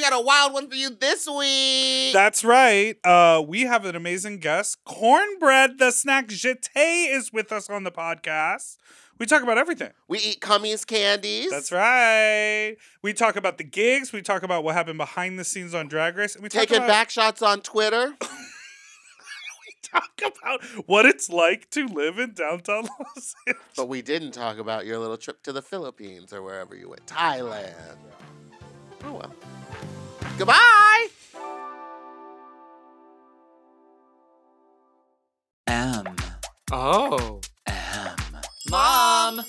got a wild one for you this week. That's right. Uh, we have an amazing guest. Cornbread the snack jeté is with us on the podcast. We talk about everything. we eat cummies candies. That's right. We talk about the gigs. We talk about what happened behind the scenes on Drag Race. And we talk Taking about, back shots on Twitter. talk about what it's like to live in downtown Los Angeles. But we didn't talk about your little trip to the Philippines or wherever you went, Thailand. Oh well. Goodbye. M. Oh. M. Mom.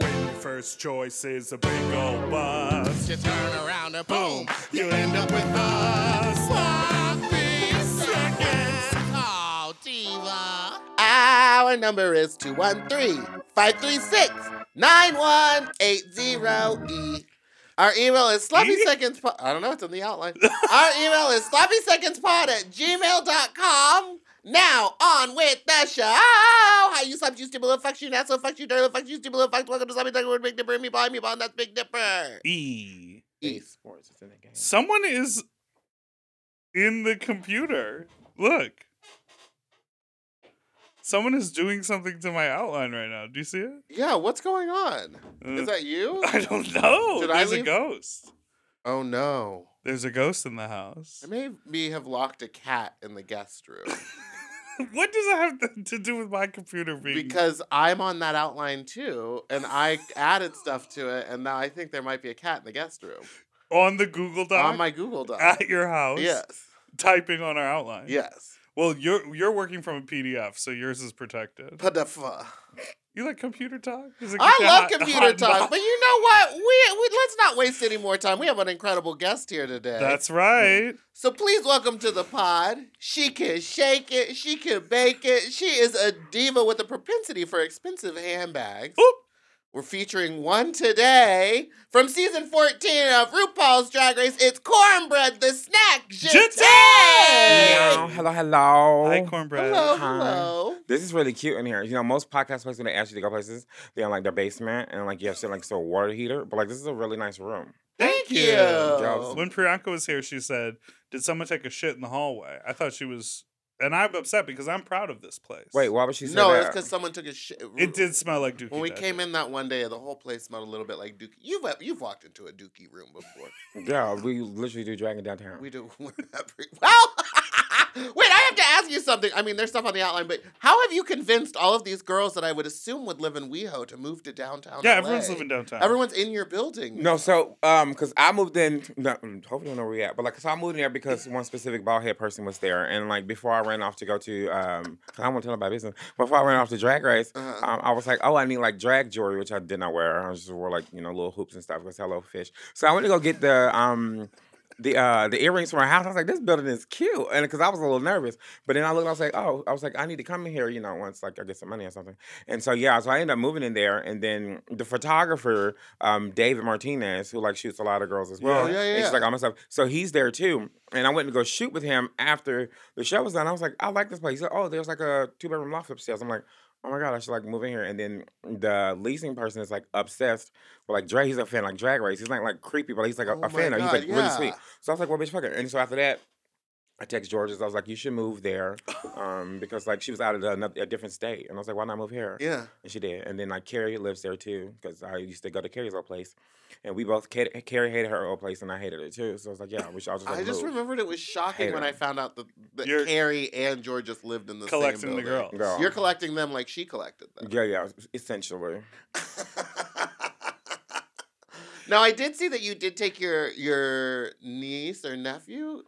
When your first choice is a big old bus, You turn around and boom. you end up with us. Sloppy seconds. Oh, diva. Our number is 213-536-9180E. E. Our email is sloppy E? seconds. Po- I don't know. It's in the outline. Our email is sloppy seconds pod at gmail.com. Now on with the show. How you slept, you stupid little fucks, you not so fucks, you dirty little fucks, you stupid little fucks. Welcome to Sloppy Seconds with Big Dipper and me, behind me, behind that's Big Dipper. E. East. Sports is in the game. Someone is in the computer. Look. Someone is doing something to my outline right now. Do you see it? Yeah, what's going on? Is Uh, that you? I don't know. Did I There's a leave? ghost. Oh no. There's a ghost in the house. I may be have locked a cat in the guest room. what does that have to- to do with my computer being? because I'm on that outline too, and I added stuff to it, and now I think there might be a cat in the guest room on the Google Doc on my Google Doc. at your house, yes, typing on our outline. yes. Well, you're you're working from a PDF, so yours is protected. Padafa. You like computer talk? Is it- I love hot- computer hot talk, box? but you know what? We, we let's not waste any more time. We have an incredible guest here today. That's right. so please welcome to the pod. She can shake it. She can bake it. She is a diva with a propensity for expensive handbags. Oop. We're featuring one today from season 14 of RuPaul's Drag Race. It's Cornbread the Snack Meow. Jete! Hello, hello. Hi, cornbread. Hello, Hi. hello. This is really cute in here. You know, most podcast places when they ask you to go places, they're in like their basement and like you have shit like still water heater. But like this is a really nice room. Thank you. Yes. When Priyanka was here, she said, "Did someone take a shit in the hallway?" I thought she was, and I'm upset because I'm proud of this place. Wait, why would she say No, that? it's because someone took a shit. It did smell like dookie. When we that came day. in that one day, the whole place smelled a little bit like Dookie. You've you've walked into a Dookie room before. Yeah, we literally do Dragon Downtown. We do whatever. Well, wait, I have to ask you something. I mean, there's stuff on the outline, but how have you convinced all of these girls that I would assume would live in WeHo to move to downtown? yeah, LA? everyone's living downtown. Everyone's in your building. No, so um, cause I moved in. No, mm, hopefully, you don't know where we at. But like, so I moved in there because one specific bald head person was there, and like before I ran off to go to um, 'cause I don't want to tell nobody business. Before I ran off to Drag Race, Uh-huh. um, I was like, oh, I need like drag jewelry, which I did not wear. I just wore like you know little hoops and stuff. Cause hello fish. So I went to go get the um. The uh the earrings from our house. I was like, this building is cute, and because I was a little nervous, but then I looked, I was like, oh, I was like, I need to come in here, you know, once like I get some money or something. And so yeah, so I ended up moving in there, and then the photographer, um, David Martinez, who like shoots a lot of girls as well, Yeah, yeah, and yeah. she's like all my stuff. So he's there too, and I went to go shoot with him after the show was done. I was like, I like this place. He said, oh, there's like a two bedroom loft upstairs. I'm like. Oh my god, I should like move in here. And then the leasing person is like obsessed with like drag. He's a fan like Drag Race. He's not like creepy, but he's like a, Oh a my fan. of- he's God, like really yeah. sweet. So I was like, well, bitch, fuck it. And so after that, I text George's. I was like, you should move there, um, because like she was out of another, a different state, and I was like, why not move here? Yeah. And she did. And then like Carrie lives there too, because I used to go to Carrie's old place, and we both Ca- Carrie hated her old place, and I hated it too. So I was like, yeah, we should. I was just, like, I just move. remembered it was shocking when I Hater. found out that, that You're- Carrie and Georges lived in the same collecting the building. girls. Girl. You're collecting them like she collected them. Yeah, yeah, essentially. now I did see that you did take your your niece or nephew.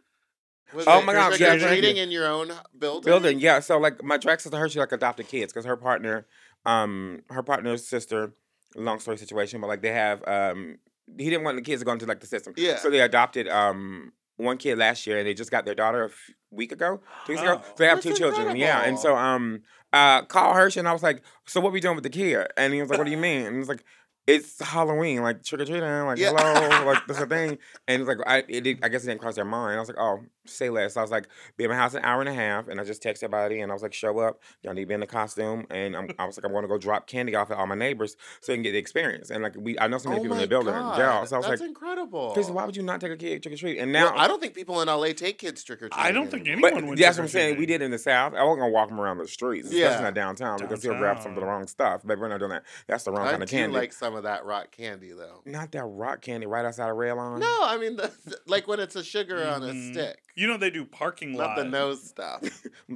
Was Oh it my God, trick yeah, or yeah, treating yeah. in your own building. building. Yeah. So like my drag sister, her she like adopted kids because her partner, um, her partner's sister. Long story situation, but like they have, um, he didn't want the kids to go into like the system. Yeah. So they adopted um one kid last year, and they just got their daughter a f- week ago, two weeks ago. Oh. So they have two That's children. Yeah. And incredible. so um, uh, call Hirsch, and I was like, so what we doing with the kid? And he was like, what do you mean? And he was like. it's Halloween, like trick or treating, like Yeah. hello, like that's a thing. And it's like I, it, did- I guess it didn't cross their mind. I was like, oh, say less. I was like, be at my house an hour and a half, and I just texted everybody, and I was like, show up, y'all need to be in the costume, and I'm, I was like, I'm gonna go drop candy off at all my neighbors so they can get the experience. And like we, I know so many oh people my in the building, God, yeah. So I was that's like, incredible. Chris, why would you not take a kid trick or treat? And now Well, I don't think people in LA take kids trick or treating. I don't think anymore. anyone but would. that's what I'm saying. We did in the South. I wasn't gonna walk them around the streets, especially Yeah. not downtown, because he'll wrap some of the Downtown. wrong stuff. But we're not doing that. That's the wrong I kind of do candy. like some of that rock candy though. not that rock candy right outside of rail line. No, I mean the, the- like when it's a sugar on a Mhm. stick, You know they do parking not lot. the nose stuff.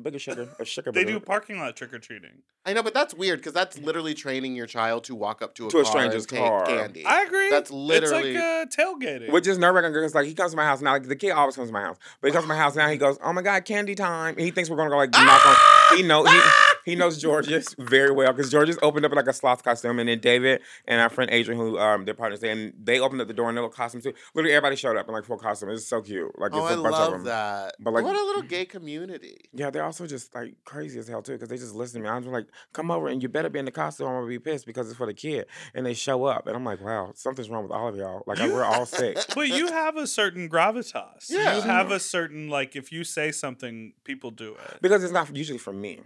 bigger sugar, a sugar. They bigger- do parking lot trick or treating. I know, but that's weird because that's literally training your child to walk up to a To a car stranger's and take car. candy. I agree. That's literally- It's like uh, tailgating. Which is nerve wracking because like he comes to my house now. Like the kid always comes to my house, but he comes to my house now. He goes, "Oh my god, candy time!" And he thinks we're gonna go like knock Ah! on. He know he, he knows Georges very well because Georges opened up in, like a sloth costume, and then David and our friend Adrian, who um their partners, and they opened up the door in their little costume too. Literally everybody showed up in like full costume. It's so cute. Like it's oh, a I bunch of love them. that. But, like- what a little gay community. Yeah, they're also just like crazy as hell too, because they just listen to me. I'm just like, come over and you better be in the costume. I'm gonna be pissed because it's for the kid. And they show up, and I'm like, wow, something's wrong with all of y'all. Like we're all sick. but you have a certain gravitas. Yeah. You have a certain like if you say something, people do it. because it's not usually for me.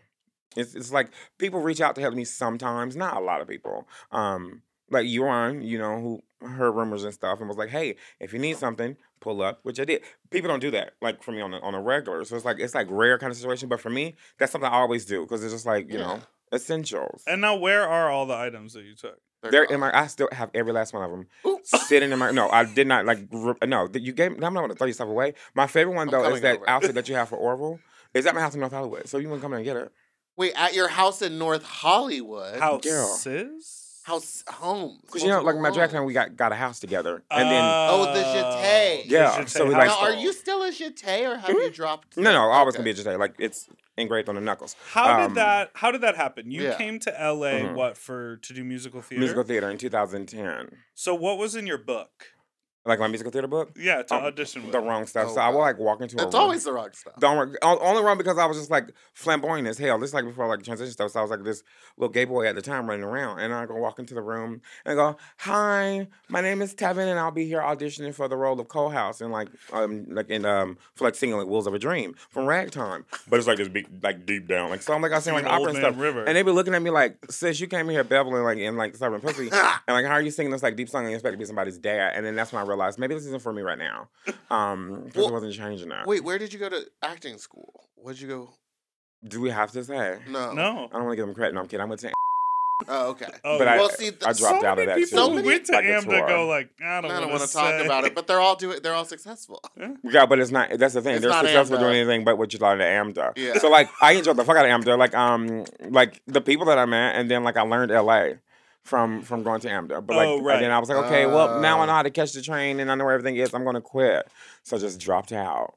It's, it's like people reach out to help me sometimes, not a lot of people. Um, like Yuan, you know, who heard rumors and stuff and was like, "Hey, if you need something, pull up," which I did. People don't do that, like for me on a, on a regular. So it's like it's like rare kind of situation, but for me, that's something I always do because it's just like you know essentials. And now where are all the items that you took? They're in my. I still have every last one of them Ooh. sitting in my. No, I did not like. re- No, that you gave. I'm not gonna throw your stuff away. My favorite one I'm though coming is that over. outfit that you have for Orville. Is at my house in North Hollywood, so you can come in and get it. Wait, at your house in North Hollywood. Houses. House homes. Cause you know, like my Jack Jack and we got got a house together, and then Oh, the jeté. Yeah, The jeté so we like- Mm-hmm. now, are household. you still a jeté or have you dropped? no, no, I always Okay. gonna be a Jete. Like it's engraved on the knuckles. How Um, did that? How did that happen? You yeah. came to LA Mhm. what for to do musical theater? Musical theater in 2010. So what was in your book? Like my musical theater book, Yeah, to Um, audition with. the wrong stuff. Oh, so I wow. would like walk into a It's room. always the wrong stuff. Don't work. on- Only wrong because I was just like flamboyant as hell. This is like before like transition stuff. So I was like this little gay boy at the time running around, and I go walk into the room and go, "Hi, my name is Tevin, and I'll be here auditioning for the role of Cole House and like um like in um for like singing like Wheels of a Dream from Ragtime." But it's like this big like deep down like so I'm like I sing like An opera old and man stuff, river. and they be looking at me like, "Sis, you came here beveling like in like serving pussy." And like, how are you singing this like deep song and you expect to be somebody's dad? And then that's when I realized maybe this isn't for me right now, um, because Well, it wasn't changing that. Wait, where did you go to acting school? Where'd you go? Do we have to say? No. no. I don't want to give them credit. No, I'm kidding. I went to. Oh, okay. Oh, but well, I, see, th- I dropped so out of many that. people So too. many- went to Like a AM to tour. go like I I don't, don't, want to talk about it, but they're all doing. They're all successful. Yeah, but it's not. That's the thing. It's They're not successful AMDA. doing anything but what you learned at AMDA. Yeah. So like, I enjoyed the fuck out of AMDA. Like um, like the people that I met, and then like I learned LA from from going to AMDA. But like, Oh, and right. then I was like, okay, well now Oh. I know how to catch the train, and I know where everything is. I'm gonna quit. So I just dropped out.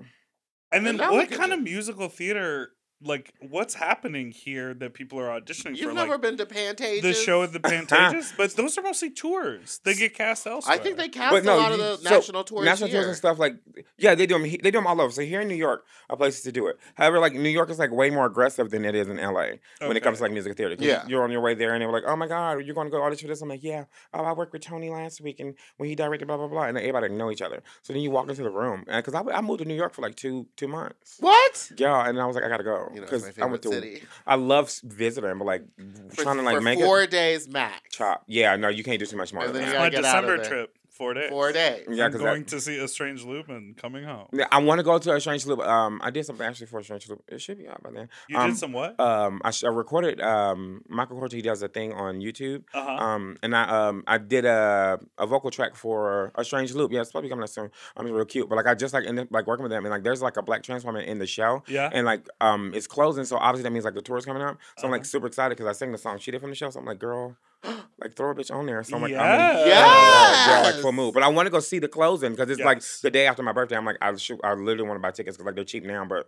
And then And now what look at kind you. of musical theater? Like what's happening here that people are auditioning You've for? never like been to Pantages. the show at the Pantages, but those are mostly tours. They get cast elsewhere. I think they cast But no, a lot you- of the so, national tours. national here. tours and stuff like yeah they do them they do them all over so here in new york are places to do it however like new york is like way more aggressive than it is in la when Okay. it comes to like music theater 'Cause Yeah. you're on your way there and they're like oh my god you're going to go audition for this i'm like yeah oh i worked with tony last week and when he directed blah blah blah and everybody know each other so then you walk into the room because I, I moved to new york for like two two months What? yeah and i was like i gotta go You know, it's my i favorite city. i love s- visiting but like For, trying to like for make four it days max. chop yeah no you can't do too much more And than then that. you my gotta get out of December there. trip, four days. Four days. yeah I'm 'cause that- going to see a strange loop and coming home. Yeah, I want to go to a Strange Loop. Um, I did something actually for a Strange Loop. It should be out by then. You um, did some what? Um, I, sh- I recorded. Um, Michael Corti does a thing on YouTube. Uh huh. Um, and I um I did a a vocal track for a Strange Loop. Yeah, it's probably coming out soon. I'm mean, real cute, but like I just like ended up like working with them, and like there's like a black trans woman in the show, Yeah. and like um it's closing, so obviously that means like the tour is coming up. So I'm Uh-huh. like super excited because I sang the song she did from the show. So I'm like, girl, like throw a bitch on there. So I'm like, I'm Yes. in- yeah, yeah, like full Yes. move. But I want to go see the closing because it's like Yes. the day after my birthday. I'm like, I should, I literally want to buy tickets because like they're cheap now, but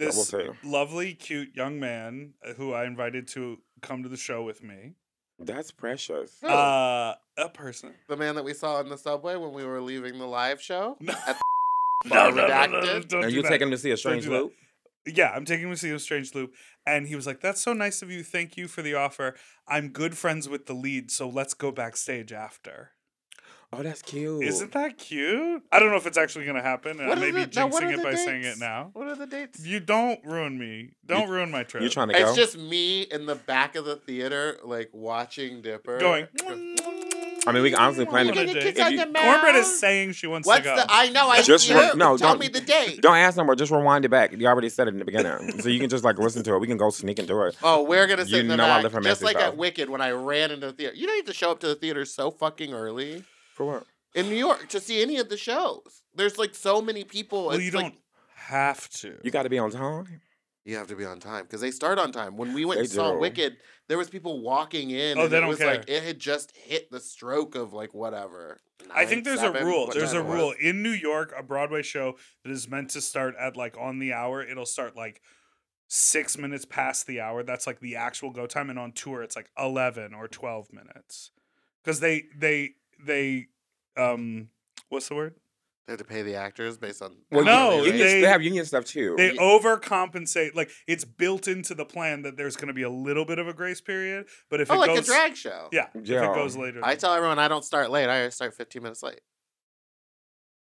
I will this say lovely, cute young man uh, who I invited to come to the show with me. that's precious. Who? Uh, a person. the man that we saw in the subway when we were leaving the live show. No. At the No, no, no, no, redacted? no, don't and do you that. take him to see a strange do that. loop. yeah, I'm taking him to see a strange loop. And he was like, That's so nice of you. Thank you for the offer. I'm good friends with the lead, so let's go backstage after. Oh, that's cute. Isn't that cute? I don't know if it's actually gonna happen, and What I may is be it? Now, what jinxing are it the by saying it dates? now. What are the dates? You don't ruin me. Don't ruin my trip. You're trying to go. It's just me in the back of the theater, like watching Dipper. going. I mean, we can honestly plan You it. gonna If kiss you- on your mouth? Cornbread is saying she wants What's to go. the? I know. I Just do. re- no, Tell don't- me the date. Don't ask no more. Just rewind it back. You already said it in the beginning, so you can just like listen to it. We can go sneak into it. Oh, we're gonna sit You in the know I back, live for just Memphis, like at though. Wicked when I ran into the theater. You don't have to show up to the theater so fucking early For what? in New York to see any of the shows. There's like so many people. well, it's you like- don't have to. You got to be on time. You have to be on time because they start on time. When we went They and saw do. Wicked, there was people walking in. Oh, and they it don't was like care. it had just hit the stroke of like whatever. I nine, think there's a seven, rule. what There's a time it was. rule in New York. A Broadway show that is meant to start at like on the hour. It'll start like six minutes past the hour. That's like the actual go time. And on tour, it's like eleven or twelve minutes because they they they um what's the word? They have to pay the actors based on Well, No, union, they- they have union stuff too. They Ye- overcompensate. Like it's built into the plan that there's going to be a little bit of a grace period. But if oh, it like goes, a drag show. yeah, if Yeah. it goes later, I than- tell everyone I don't start late. I start 15 minutes late,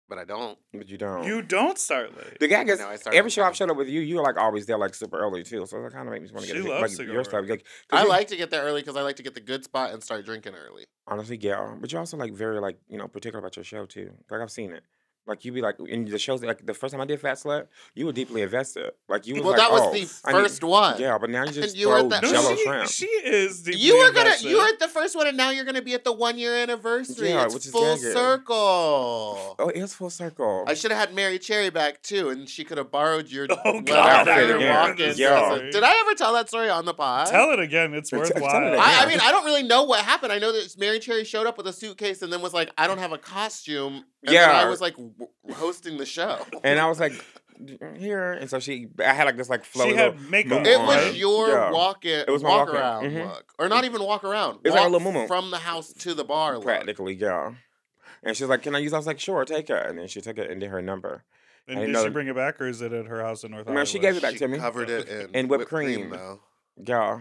but I don't. but you don't. you don't start late. The gag is know, I started every show on I've showed up with you, you're like always there like super early too. So that kind of makes me want to She get a loves drink, to like go your stuff. early. Like, 'cause I you- like to get there early because I like to get the good spot and start drinking early. honestly, yeah. But you're also like very like you know particular about your show too. Like I've seen it. Like you be like in the shows. Like the first time I did Fat Slut, you were deeply invested. Like you was well, like, that was oh, the I need- first one. Yeah, but now you just you were throw at the- Jello she, shrimp. she is. deeply You were gonna, invested. you were at the first one, and now you're gonna be at the one year anniversary. Yeah, it's which is full gagging. circle. oh, it's full circle. I should have had Mary Cherry back too, and she could have borrowed your Oh, wet God, outfit I and remember walk in this dress. story. Did I ever tell that story on the pod? Tell it again. It's Tell- tell it worthwhile. again. I, I Yeah. mean, I don't really know what happened. I know that Mary Cherry showed up with a suitcase and then was like, "I don't have a costume." And then Yeah. I was like w- hosting the show. and I was like, uh, here. And so she, I had like this like flow. she had makeup. move It on. was right? your Yeah. walk in, It was my walk walk-in. around Mhm. look, or not even walk around. It's like walk a little moo-moo. from the house to the bar. Look. practically, yeah. And she's like, can I use? I was like, sure, take it. And then she took it and did her number. I And did know. she bring it back, or is it at her house in North No, Hollywood? she gave it back She to me. Covered it in And whipped cream. though. Yeah.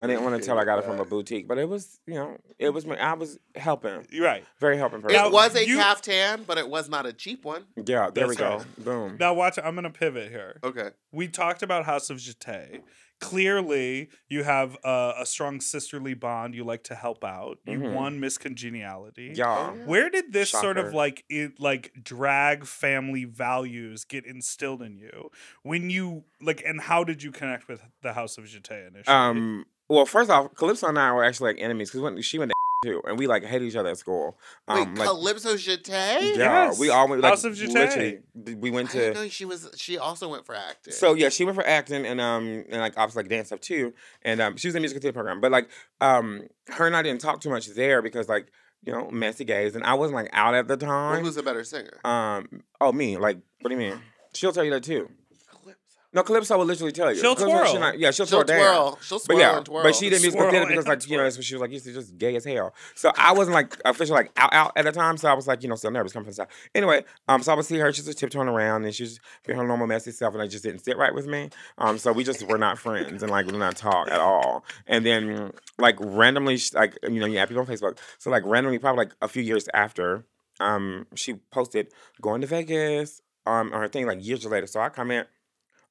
I didn't want to tell I got it from a Right. boutique, but it was, you know, it was, I was helping, You're right. very helping person. Now- It was a you- caftan, but it was not a cheap one. yeah, there That's we go. right. Boom. Now watch. I'm gonna pivot here. Okay. We talked about House of Jete. Clearly, you have a, a strong sisterly bond. You like to help out. You Mhm. won Miss Congeniality. yeah. yeah. Where did this sort of Shocker. like it, like drag family values get instilled in you when you like and how did you connect with the House of Jete initially? Um. Well, first off, Calypso and I were actually like enemies because she went to too, and we like hated each other at school. Um, Wait, like, Calypso Jete? Yeah, Yes. we all went like House of Jete. literally, d- We went I to didn't know she was. She also went for acting. So yeah, she went for acting and um and like obviously like dance stuff too. And um she was in the musical theater program. But like um her and I didn't talk too much there because like, you know, messy gays and I wasn't like out at the well, time. who's a better singer? um oh me, like what do you mean? She'll tell you that too. Calypso. No, Calypso will literally tell you. She'll Calypso, twirl. not- yeah, she'll, She'll twirl, down. twirl. She'll But swirl yeah, and twirl. but she didn't musical Swirl theater because and like you know twirl. that's what she was like used to just gay as hell. So I wasn't like official like out out at the time. So I was like you know still nervous coming from the side. Anyway, um, so I would see her. She's just tiptoeing around and she's being her normal messy self, and it just didn't sit right with me. Um, so we just were not friends and like we did not talk at all. And then like randomly, sh- like you know you have people on Facebook. So like randomly, probably like a few years after, um, she posted going to Vegas. Um, on her thing like years later. So I comment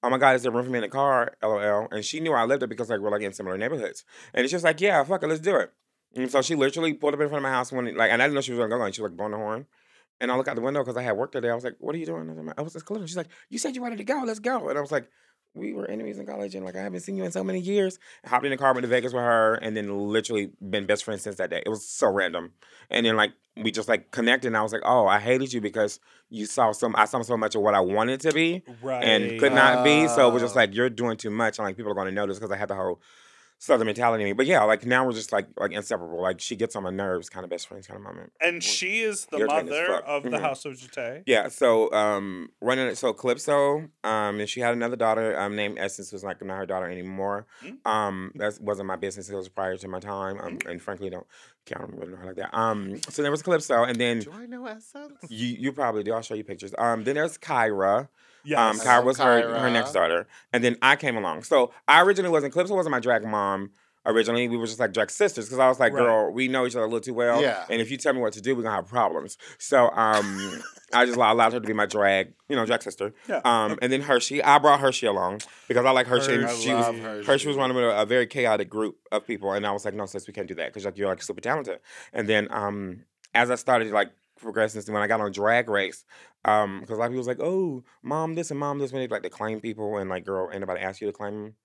oh my God, is there room for me in the car? LOL. And she knew I lived there because like we're like in similar neighborhoods. And it's just like, yeah, fuck it, let's do it. And so she literally pulled up in front of my house when like, and I didn't know she was gonna go. And she was like blowing the horn. And I look out the window because I had work that day. I was like, what are you doing? And I'm like, I was just closing. She's like, you said you wanted to go. Let's go. And I was like, we were enemies in college, and like I haven't seen you in so many years. I hopped in the car, went to Vegas with her, and then literally been best friends since that day. It was so random. And then like we just like connected, and I was like, oh, I hated you because you saw some. I saw so much of what I wanted to be, right. Oh. and could not be. So it was just Ah. like you're doing too much, and like people are going to notice because I had the whole southern mentality in me. But yeah, like now we're just like like inseparable. Like she gets on my nerves, kind of best friends kind of moment. And she is the You're drunk as mother fuck. of the Mhm. House of Jete. Yeah. So um, running it. So Calypso, um, and she had another daughter um named Essence, who's like not her daughter anymore. Mm. Um, that wasn't my business. It was prior to my time. Um, and frankly, don't can't really know her like that. Um, so there was Calypso, and then Do I know Essence? you you probably do. I'll show you pictures. Um, then there's Kyra. Yeah. Um, Kyra was her, her Kyra. next daughter, and then I came along. So I originally wasn't Calypso wasn't my drag mom. Originally, we were just like drag sisters because I was like, Right. girl, we know each other a little too well, Yeah. and if you tell me what to do, we're gonna have problems. So um, I just allo- allowed her to be my drag, you know, drag sister. Yeah. Um, and then Hershey, I brought Hershey along because I like Hershey. and Hershey. she I was love Hershey was one of a, a very chaotic group of people, and I was like, no, sis, we can't do that because like you're like super talented. And then um, as I started like progressing, when I got on Drag Race, um, because a lot of people was like, oh, mom this and mom this, when they like to claim people and like, girl, anybody ask you to claim them?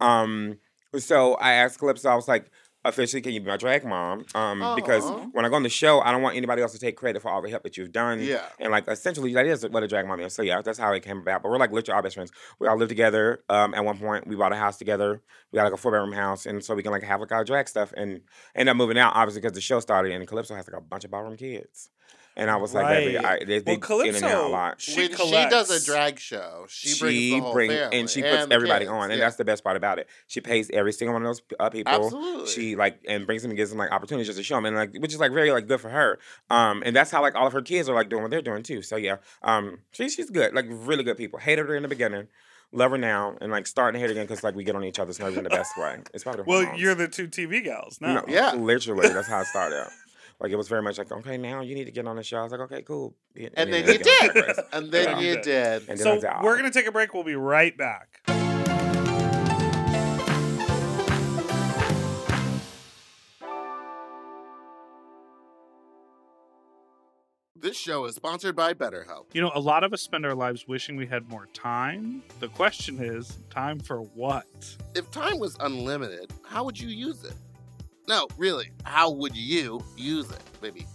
Um, so I asked Calypso, I was like. Officially, can you be my drag mom? Um, because Aw. when I go on the show, I don't want anybody else to take credit for all the help that you've done. Yeah. And like essentially that is what a drag mom is. So yeah, that's how it came about. But we're like literally all best friends. We all lived together. Um, at one point we bought a house together. We got like a four bedroom house, and so we can like have like our drag stuff and end up moving out obviously because the show started and Calypso has like a bunch of ballroom kids. And I was like, baby, Right. I, they, they Well, in and out a Calypso- lot. She when she collects. does a drag show, she, She brings the whole bring- family and she puts the everybody kids, on, and yeah. that's the best part about it. She pays every single one of those uh, people. absolutely She like and brings them and gives them like opportunities just to show them and like which is like very like good for her. Um and that's how like all of her kids are like doing what they're doing too. So yeah. Um she, she's good, like really good people. Hated her in the beginning, love her now, and like starting to hate her again because like we get on each other's nerves in the best way. It's probably the Well, hormones. you're the two TV gals now. no, Yeah. literally that's how I started out. Like it was very much like, okay, now you need to get on the show. I was like, okay, cool. And, and then then you I get on Drag did, Race. and then Yeah. you did. And then So I died. we're gonna take a break. We'll be right back. This show is sponsored by BetterHelp. You know, a lot of us spend our lives wishing we had more time. The question is, time for what? If time was unlimited, how would you use it? No, really, how would you use it? Maybe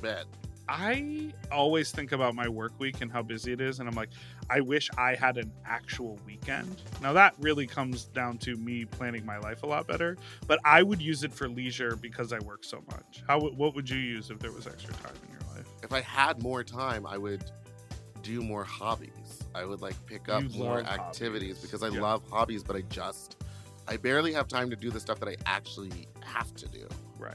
bet. I always think about my work week and how busy it is, and I'm like, I wish I had an actual weekend. Now, that really comes down to me planning my life a lot better, but I would use it for leisure because I work so much. How? would- What would you use if there was extra time in your life? If I had more time, I would do more hobbies. I would like pick up You more love activities hobbies. because I Yeah. love hobbies, but I just I barely have time to do the stuff that I actually have to do. Right.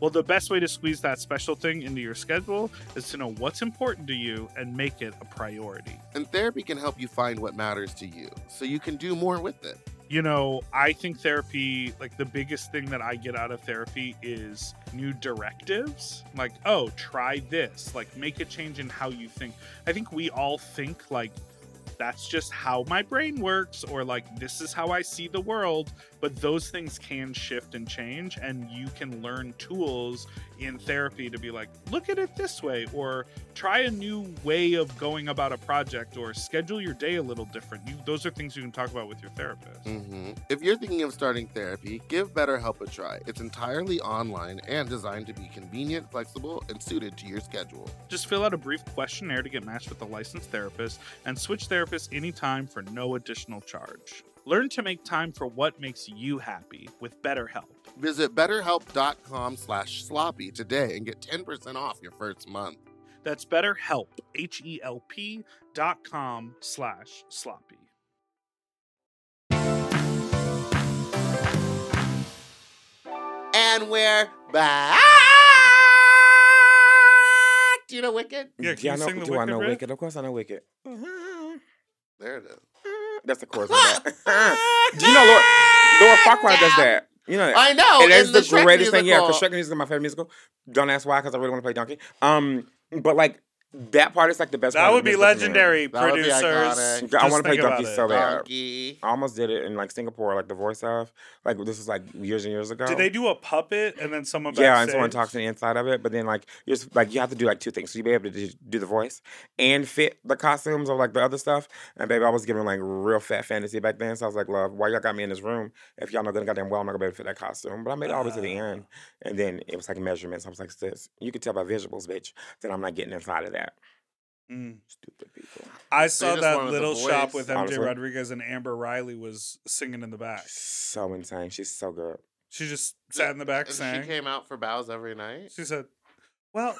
Well, the best way to squeeze that special thing into your schedule is to know what's important to you and make it a priority. And therapy can help you find what matters to you so you can do more with it. you know, I think therapy, like the biggest thing that I get out of therapy is new directives. Like, oh, try this. Like, make a change in how you think. I think we all think like that's just how my brain works or like this is how I see the world. But those things can shift and change. And you can learn tools in therapy to be like, look at it this way or try a new way of going about a project or schedule your day a little different. You, those are things you can talk about with your therapist. hmm If you're thinking of starting therapy, give BetterHelp a try. It's entirely online and designed to be convenient, flexible, and suited to your schedule. Just fill out a brief questionnaire to get matched with a licensed therapist and switch therapists anytime for no additional charge. Learn to make time for what makes you happy with BetterHelp. Visit betterhelp.com slash sloppy today and get 10% off your first month. That's BetterHelp, H-E-L-P dot com slash sloppy. And we're back. Do you know Wicked? Yeah, can Yeah, I you know, sing the do I Wicked know riff? Uh-huh. Wicked? Of course I know Wicked. There it is. That's the chorus of that. do you know Laura, Laura Farquhar does that? You know that. I know. it is in the, Oh, Shrek greatest thing. Yeah, musical. because Shrek music is my favorite musical. Don't ask why, because I really want to play Donkey. Um, but like that part is like the best. That part would of the be musical to legendary, me. That would be producers. iconic. I Just want to play think about Donkey it. so bad. Donkey. I almost did it in like Singapore, like the voice of. Like this was like years and years ago. Did they do a puppet and then someone Yeah, and backstage? someone talks on the inside of it, but then like you're s- like you have to do like two things. So you be able to do, do the voice and fit the costumes or like the other stuff. And baby, I was giving like real fat fantasy back then, so I was like, love, why y'all got me in this room? If y'all know good and goddamn well, I'm not gonna be able to fit that costume. But I made it all the way to the Ah. end, and then it was like measurements. I was like, sis, you could tell by visuals, bitch, that I'm not getting inside of that. Mm. Stupid people, I They saw just that wanted the little voice. shop with MJ Honestly. Rodriguez and Amber Riley was singing in the back. so insane. She's so good. She just sat in the back And sang. She came out for bows every night, She said, "Well,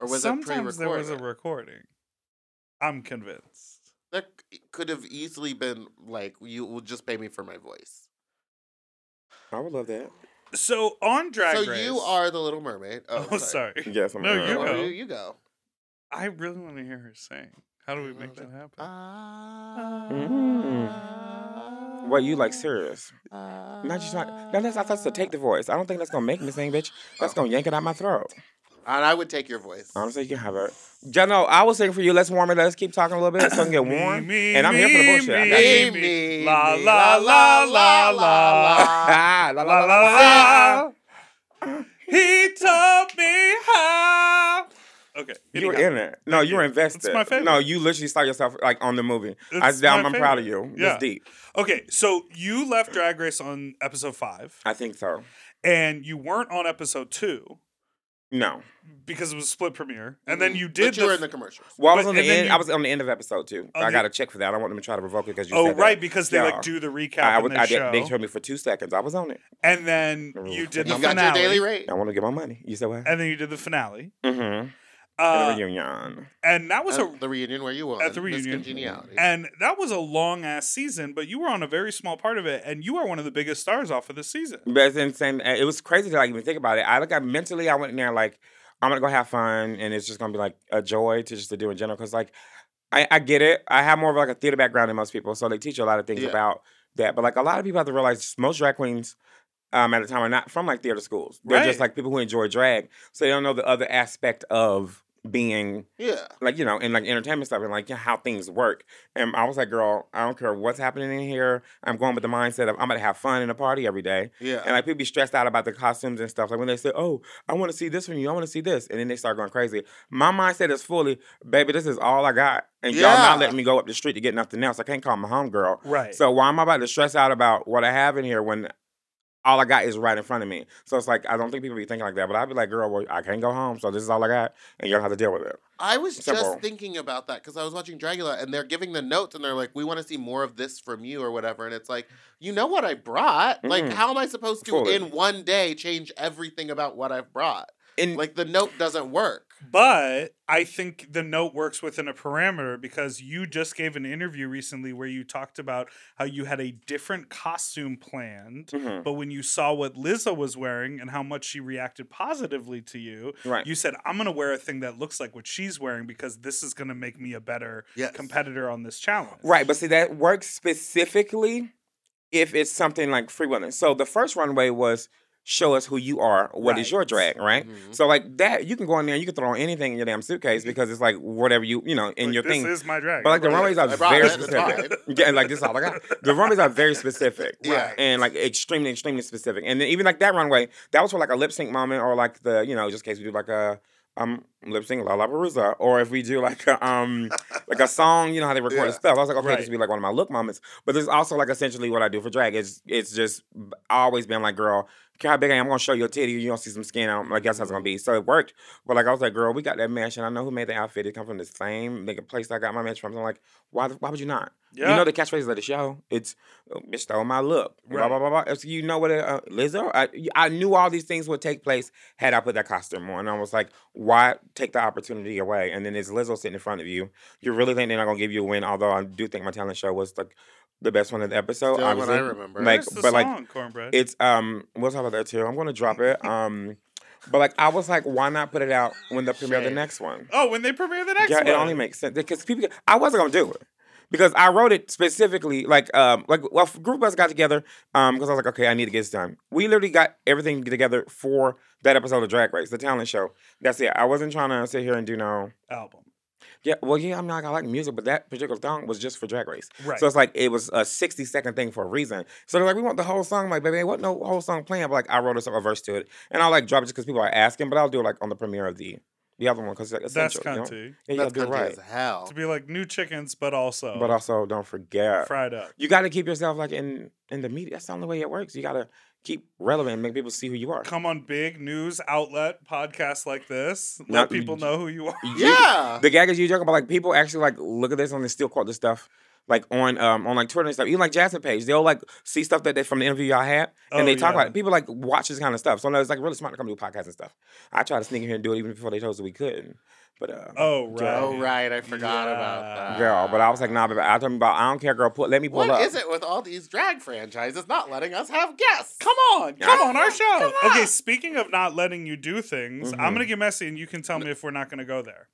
or was sometimes it there was a pre-recorded? recording." I'm convinced. That c- could have easily been like, you will just pay me for my voice. I would love that. So on Drag so Race, you are the Little Mermaid. Oh, sorry. Yes, I'm No, uh, you No, go. You, you go. I really want to hear her sing. How do we make that happen? Ah. Mm. Well, you like serious. Not just Uh, not. No, that's not supposed to take the voice. I don't think that's gonna make me sing, bitch. That's gonna yank it out my throat. And I would take your voice. Honestly, you can have it. Jeno, I was singing for you. Let's warm it. Let's keep talking a little bit so I can get Me, warm. me, and I'm here for the me, bullshit. I me, got you. you. me. Me, La me, la la la la. Ah, la, la, la, La, la, la, la. He told me how. Okay. You were anyhow. in it. No, you were invested. It's my favorite. No, you literally saw yourself like on the movie. I, It's I'm, my I'm proud of favorite. you. Yeah. It's deep. Okay, so you left Drag Race on episode five, I think so. and you weren't on episode two No. because it was a split premiere, and then you did Mm-hmm. But you were the in the commercials. Well, I was But- on the and then end. you- I was on the end of episode two. On I the- got to check for that. I don't want them to try to provoke it because you. oh said that. right because they Yeah. like do the recap I, I, and would- they I show, did, they showed me for two seconds. I was on it. and then Ooh. you did the You've got your finale, daily rate. I want to get my money. You said what? and then you did the finale, Mm-hmm. uh, reunion. and that was At a the reunion where you won. at the reunion. Miss Congeniality. and that was a long ass season, but you were on a very small part of it, and you are one of the biggest stars off of this season. But it's insane. It was crazy to like even think about it. I like I mentally I went in there like I'm gonna go have fun and it's just gonna be like a joy to just to do in general. Cause like I, I get it. I have more of like a theater background than most people, so they teach you a lot of things Yeah. about that. But like a lot of people have to realize just most drag queens um, at the time are not from like theater schools. They're just Right. like people who enjoy drag, so they don't know the other aspect of being yeah. like you know, and like entertainment stuff and like you know, how things work. And I was like, girl, I don't care what's happening in here. I'm going with the mindset of I'm gonna have fun and a party every day. Yeah. And like people be stressed out about the costumes and stuff. Like when they say, "Oh, I want to see this from you. I want to see this," and then they start going crazy. My mindset is fully, baby. This is all I got, and y'all not Yeah. letting me go up the street to get nothing else. I can't call my homegirl. Right. So why am I about to stress out about what I have in here when all I got is right in front of me? So it's like I don't think people be thinking like that. But I'd be like, girl, well, I can't go home, so this is all I got, and you don't have to deal with it. I was Simple. just thinking about that because I was watching Dragula and they're giving the notes and they're like, we want to see more of this from you or whatever. And it's like, you know what I brought? Like, Mhm. how am I supposed to, Fully. in one day, change everything about what I've brought? And Like, the note doesn't work. But I think the note works within a parameter because you just gave an interview recently where you talked about how you had a different costume planned. Mhm. But when you saw what Lizzo was wearing and how much she reacted positively to you, right, you said, I'm going to wear a thing that looks like what she's wearing because this is going to make me a better Yes. competitor on this challenge. Right, but see that works specifically if it's something like free running. So the first runway was show us who you are, What Right. is Mm-hmm. your drag, right? Mhm. So like that, you can go in there, and you can throw anything in your damn suitcase because it's like whatever you you know in Like, your this thing. is my drag. but like the Right. runways are I brought very it, it's fine. specific. yeah, like this is all I got. The runways are very specific. Yeah. And like extremely, extremely specific. And then even like that runway, that was for like a lip sync moment or like the, you know, just in case we do like a um lip sync La La Palooza. Or if we do like a um like a song, you know how they record Yeah. the stuff. I was like, okay, Right. this would be like one of my look moments. But there's also like essentially what I do for drag. It's it's just b- always been like, girl, care how big I am, I'm gonna show you a titty, you don't see some skin, I'm like that's how it's gonna be. So it worked. But like I was like, girl, we got that match and I know who made the outfit. It come from the same like place I got my match from. So I'm like, why the- why would you not? yeah. You know the catchphrase of the show. It's oh, bitch stole my look. Blah Right. blah blah blah. It's- you know what, it, uh, Lizzo? I I knew all these things would take place had I put that costume on. I was like, why take the opportunity away? And then it's Lizzo sitting in front of you. You really think they're not gonna give you a win? Although I do think my talent show was like the best one of the episode. Still what obviously. I remember. like, Where's the but, like, song, Cornbread? It's um, we'll talk about that too. I'm gonna drop it. Um, but like I was like, why not put it out when they premiere the Shame. next one? oh, when they premiere the next yeah, one. it only makes sense because people. get- I wasn't gonna do it because I wrote it specifically. Like, um, like well, a group of us got together um because I was like, okay, I need to get this done. We literally got everything together for that episode of Drag Race, the talent show. That's it. I wasn't trying to sit here and do no. album. Yeah, well, yeah, I'm not. I like music, but that particular song was just for Drag Race. Right. So it's like it was a 60 second thing for a reason. So they're like, we want the whole song. I'm like, baby, there wasn't no whole song playing. But like, I wrote a, song- a verse to it, and I'll like drop it just because people are asking. But I'll do it like on the premiere of the the other one because like That's essential. Conte. You know? Yeah, yeah, That's do it cunty right. as hell. To be like new chickens, but also, Oh. But also, don't forget, fried up. you got to keep yourself like in in the media. That's the only way it works. You got to keep relevant, and make people see who you are. come on big news outlet podcasts like this. Let Not- people know who you are. You- Yeah. the gag is you joke about like people actually like look at this and they still quote this stuff like on um on like Twitter and stuff. Even like Jasmine page, they'll like see stuff that they from the interview y'all had and Oh, they talk yeah. about it. People like watch this kind of stuff. So no, it's like really smart to come do podcasts and stuff. I tried to sneak in here and do it even before they told us we couldn't. But uh Oh right. Oh, right. I forgot Yeah. about that. girl, but I was like, nah, baby, I told me about I don't care, girl, pull, let me pull Oh. What is up. it with all these drag franchises not letting us have guests? Come on, come on, our show. on. Okay, speaking of not letting you do things, Mhm. I'm gonna get messy, and you can tell me if we're not gonna go there.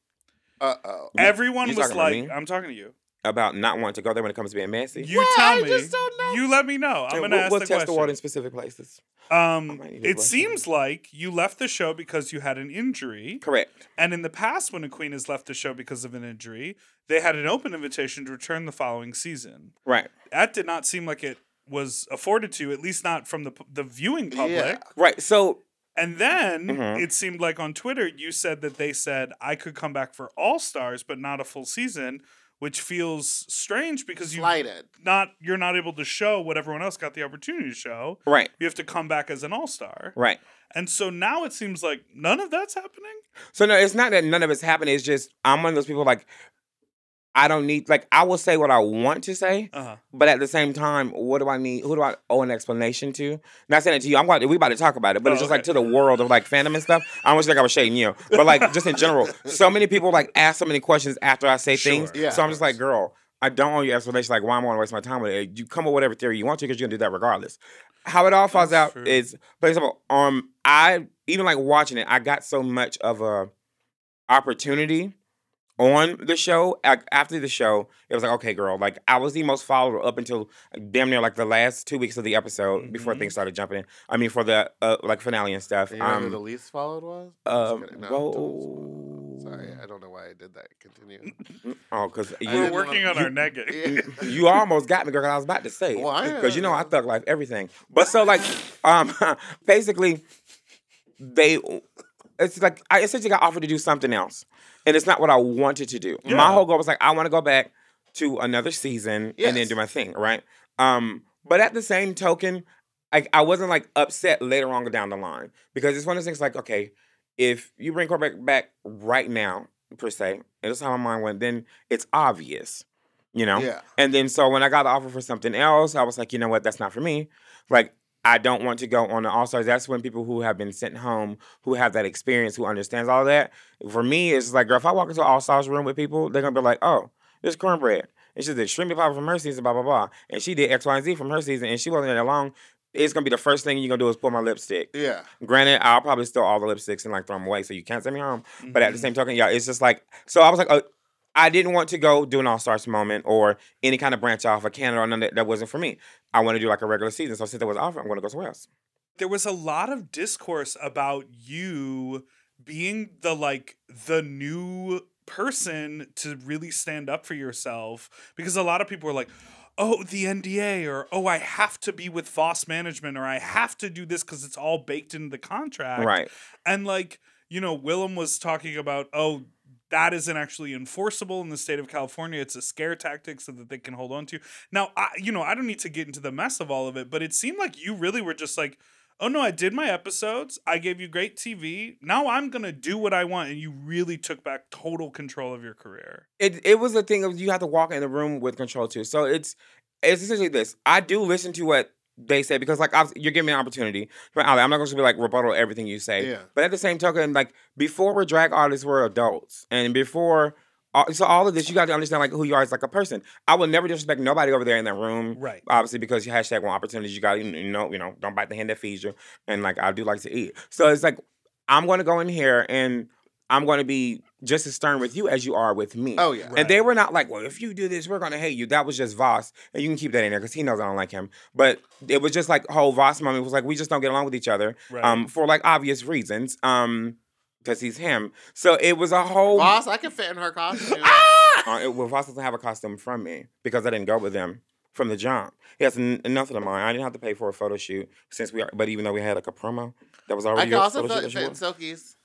Uh oh. Everyone you was talking about like, me? I'm talking to you. about not wanting to go there when it comes to being messy. You Well, tell I me. just don't know. You let me know. I'm And gonna we'll, ask we'll the test the water in question. specific places. I Um, might need a it brush. seems like you left the show because you had an injury, Correct. and in the past, when a queen has left the show because of an injury, they had an open invitation to return the following season. Right. That did not seem like it was afforded to you, at least not from the p- the viewing public. Yeah. Right. So And then Mhm. it seemed like on Twitter you said that they said I could come back for All Stars, but not a full season, which feels strange because you Slighted. not you're not able to show what everyone else got the opportunity to show. right. You have to come back as an All Star, Right. and so now it seems like none of that's happening. So no, it's not that none of it's happening. It's just I'm one of those people like I don't need like I will say what I want to say, Uh huh. but at the same time, what do I need? Who do I owe an explanation to? Not saying it to you. I'm going. We about to talk about it, but Oh, it's just okay. like to the world of like fandom and stuff. I almost think I was shading you, but like just in general, so many people like ask so many questions after I say things. Sure. Yeah. so I'm just like, girl, I don't owe you an explanation. Like, why am I going to waste my time with it? You come up with whatever theory you want to because you're gonna do that regardless. How it all falls That's out true. is, for example, um, I even like watching it. I got so much of a opportunity on the show like after the show it was like okay girl like i was the most follower up until damn near like the last two weeks of the episode before Mm-hmm. Mhm. things started jumping in i mean for the uh, like finale and stuff You know who the um, least followed was? um, Just kidding. No, whoa. Sorry, I don't know why I did that. Continue. oh because I We're didn't you, working wanna- on our negative. Yeah. you almost got me girl 'cause i was about to say Well, I because you know i am. thug life everything but so like um basically they it's like i essentially got offered to do something else and it's not what i wanted to do Yeah. my whole goal was like i want to go back to another season and then Yes. do my thing, right? Um, but at the same token, like I wasn't like upset later on down the line because it's one of those things like, okay, if you bring quarterback back right now, per se, and that's how my mind went, then it's obvious, you know? Yeah. And then so when I got the offer for something else, I was like, you know what, that's not for me. Like I don't want to go on the All Stars. That's when people who have been sent home, who have that experience, who understands all that. For me, it's like, girl, if I walk into an All Stars room with people, they're gonna be like, oh, this cornbread. And she's extremely popular from her season, blah blah blah. And she did X, Y, and Z from her season, and she wasn't there that long. It's gonna be the first thing you're gonna do is pull my lipstick. Yeah. Granted, I'll probably steal all the lipsticks and like throw them away, so you can't send me home. But at the same token, yeah, it's just like so. I was like, oh, I didn't want to go do an All Stars moment or any kind of branch off of Canada or none that, that wasn't for me. I want to do like a regular season. So since there was offer, I'm going to go somewhere else. there was a lot of discourse about you being the like the new person to really stand up for yourself because a lot of people were like oh the nda or oh i have to be with voss management or i have to do this because it's all baked into the contract Right. and like you know willem was talking about oh that isn't actually enforceable in the state of california it's a scare tactic so that they can hold on to now i you know i don't need to get into the mess of all of it but it seemed like you really were just like oh no i did my episodes i gave you great tv now i'm gonna do what i want and you really took back total control of your career It it was a thing of you have to walk in the room with control too. So it's it's essentially this. I do listen to what they say because like obvi- you're giving me an opportunity. But I'm not going to be like rebuttal everything you say. Yeah. But at the same token, like before we're drag artists, we're adults, and before. all- So all of this, you got to understand like who you are as like a person. I will never disrespect nobody over there in that room. right obviously because you hashtag one opportunities you got you know you know don't bite the hand that feeds you and like i do like to eat so it's like i'm going to go in here and i'm going to be just as stern with you as you are with me Oh yeah. Right. and they were not like well if you do this we're going to hate you that was just voss and you can keep that in there because he knows i don't like him but it was just like whole voss moment was like we just don't get along with each other right um for like obvious reasons um because he's him so it was a whole Boss, I can fit in her costume. uh, it, well, Voss doesn't have a costume from me because I didn't go with them from the jump. He has n- nothing of mine. I didn't have to pay for a photo shoot since we. Are, but even though we had like a promo that was I already. can a also photo shoot fit, that she fit in wore. Silky's.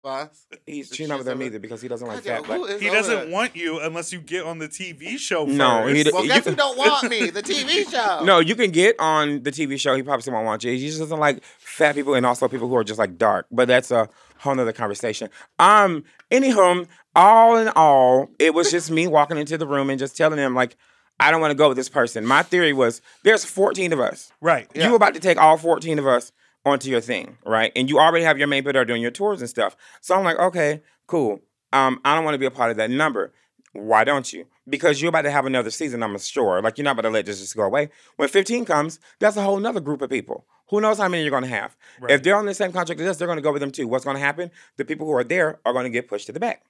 Boss. He's she's not with them either because he doesn't like Goddamn, fat. who Like, is he over doesn't there? want you unless you get on the tv show first. No, he d- Well, You guess can- who don't want me? The TV show. no, you can get on the TV show. He probably still won't watch it. He just doesn't like fat people and also people who are just like dark. But that's a whole nother conversation. Um. Anywho, all in all, it was just me walking into the room and just telling them like, I don't want to go with this person. My theory was there's 14 of us. right Yeah. you about to take all 14 of us onto your thing, right? And you already have your main people that are doing your tours and stuff. So I'm like, okay, cool. Um, I don't want to be a part of that number. Why don't you? Because you're about to have another season, I'm sure. Like you're not about to let this just go away. When 15 comes, that's a whole nother group of people. Who knows how many you're gonna have? Right. If they're on the same contract as us, they're gonna go with them too. What's gonna happen? The people who are there are gonna get pushed to the back.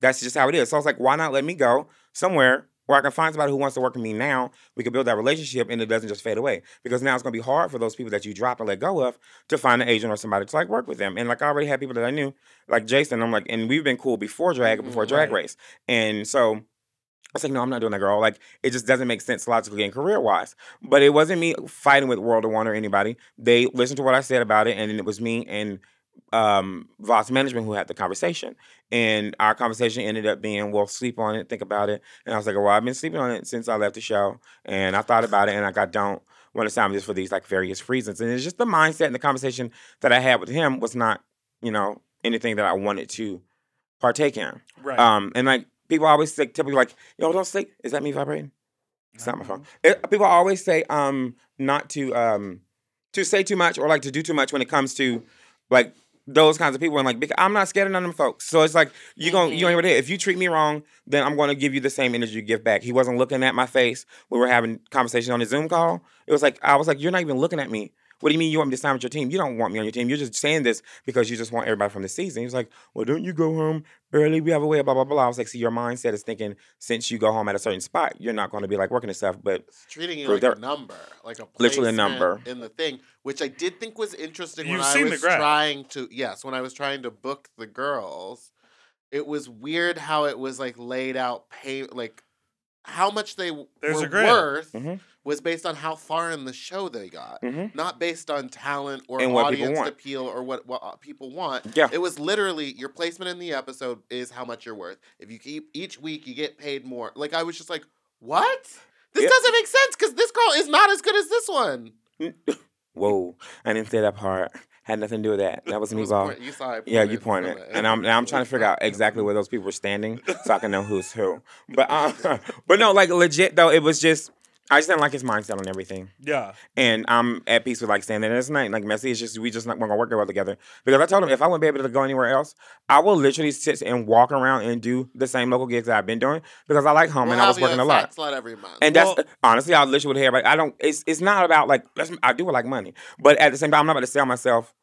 That's just how it is. So I was like, why not let me go somewhere where I can find somebody who wants to work with me now? We can build that relationship and it doesn't just fade away. Because now it's gonna be hard for those people that you drop and let go of to find an agent or somebody to like work with them. And like I already had people that I knew, like Jason, I'm like, and we've been cool before drag, Mhm, before drag right. race. And so I was like, no, I'm not doing that, girl. Like, it just doesn't make sense logically and career wise. But it wasn't me fighting with World of One or anybody. They listened to what I said about it, and then it was me and um, Voss Management who had the conversation. And our conversation ended up being, well, sleep on it, think about it. And I was like, well, I've been sleeping on it since I left the show, and I thought about it, and like, I don't want to sign this for these like various reasons. And it's just the mindset and the conversation that I had with him was not, you know, anything that I wanted to partake in. Right. Um, and like people always like, typically like, yo, don't sleep. Is that me vibrating? It's not my phone. It- Eh, people always say um not to um to say too much or like to do too much when it comes to like those kinds of people and like bec- I'm not scared of none of them folks. So it's like you gon' you don't even if you treat me wrong, then I'm gonna give you the same energy you give back. He wasn't looking at my face. We were having conversation on a Zoom call. It was like I was like, You're not even looking at me. What do you mean you want me to sign with your team? You don't want me on your team. You're just saying this because you just want everybody from the season. He was like, Well, don't you go home early? We have a way, blah, blah, blah. I was like, See, your mindset is thinking since you go home at a certain spot, you're not going to be like working and stuff. But It's treating you For like their- a number, like a Literally a placement number. in the thing, which I did think was interesting You've when seen I the was graph. trying to yes, when I was trying to book the girls, it was weird how it was like laid out pay like how much they w- There's were a graph. worth Mhm. was based on how far in the show they got. Mhm. Not based on talent or And what people audience want. appeal or what, what uh, people want. yeah, It was literally your placement in the episode is how much you're worth. If you keep each week, you get paid more. Like I was just like, what? This Yeah. doesn't make sense because this girl is not as good as this one. whoa, I didn't say that part. Had nothing to do with that. That was It me, was Bob. point- you saw I Yeah, you pointed, and I'm now I'm trying to figure out exactly where those people were standing so I can know who's who. But um, but no, like legit though, it was just I just didn't like his mindset on everything, yeah. and I'm at peace with like saying that it's not like messy. It's just we just not we're gonna work well together because I told him if I wouldn't be able to go anywhere else, I will literally sit and walk around and do the same local gigs that I've been doing because I like home and I was working a lot. Slot every month. And Well- that's honestly, I literally would hear everybody. I don't. It's it's not about like that's, I do like money, but at the same time, I'm not about to sell myself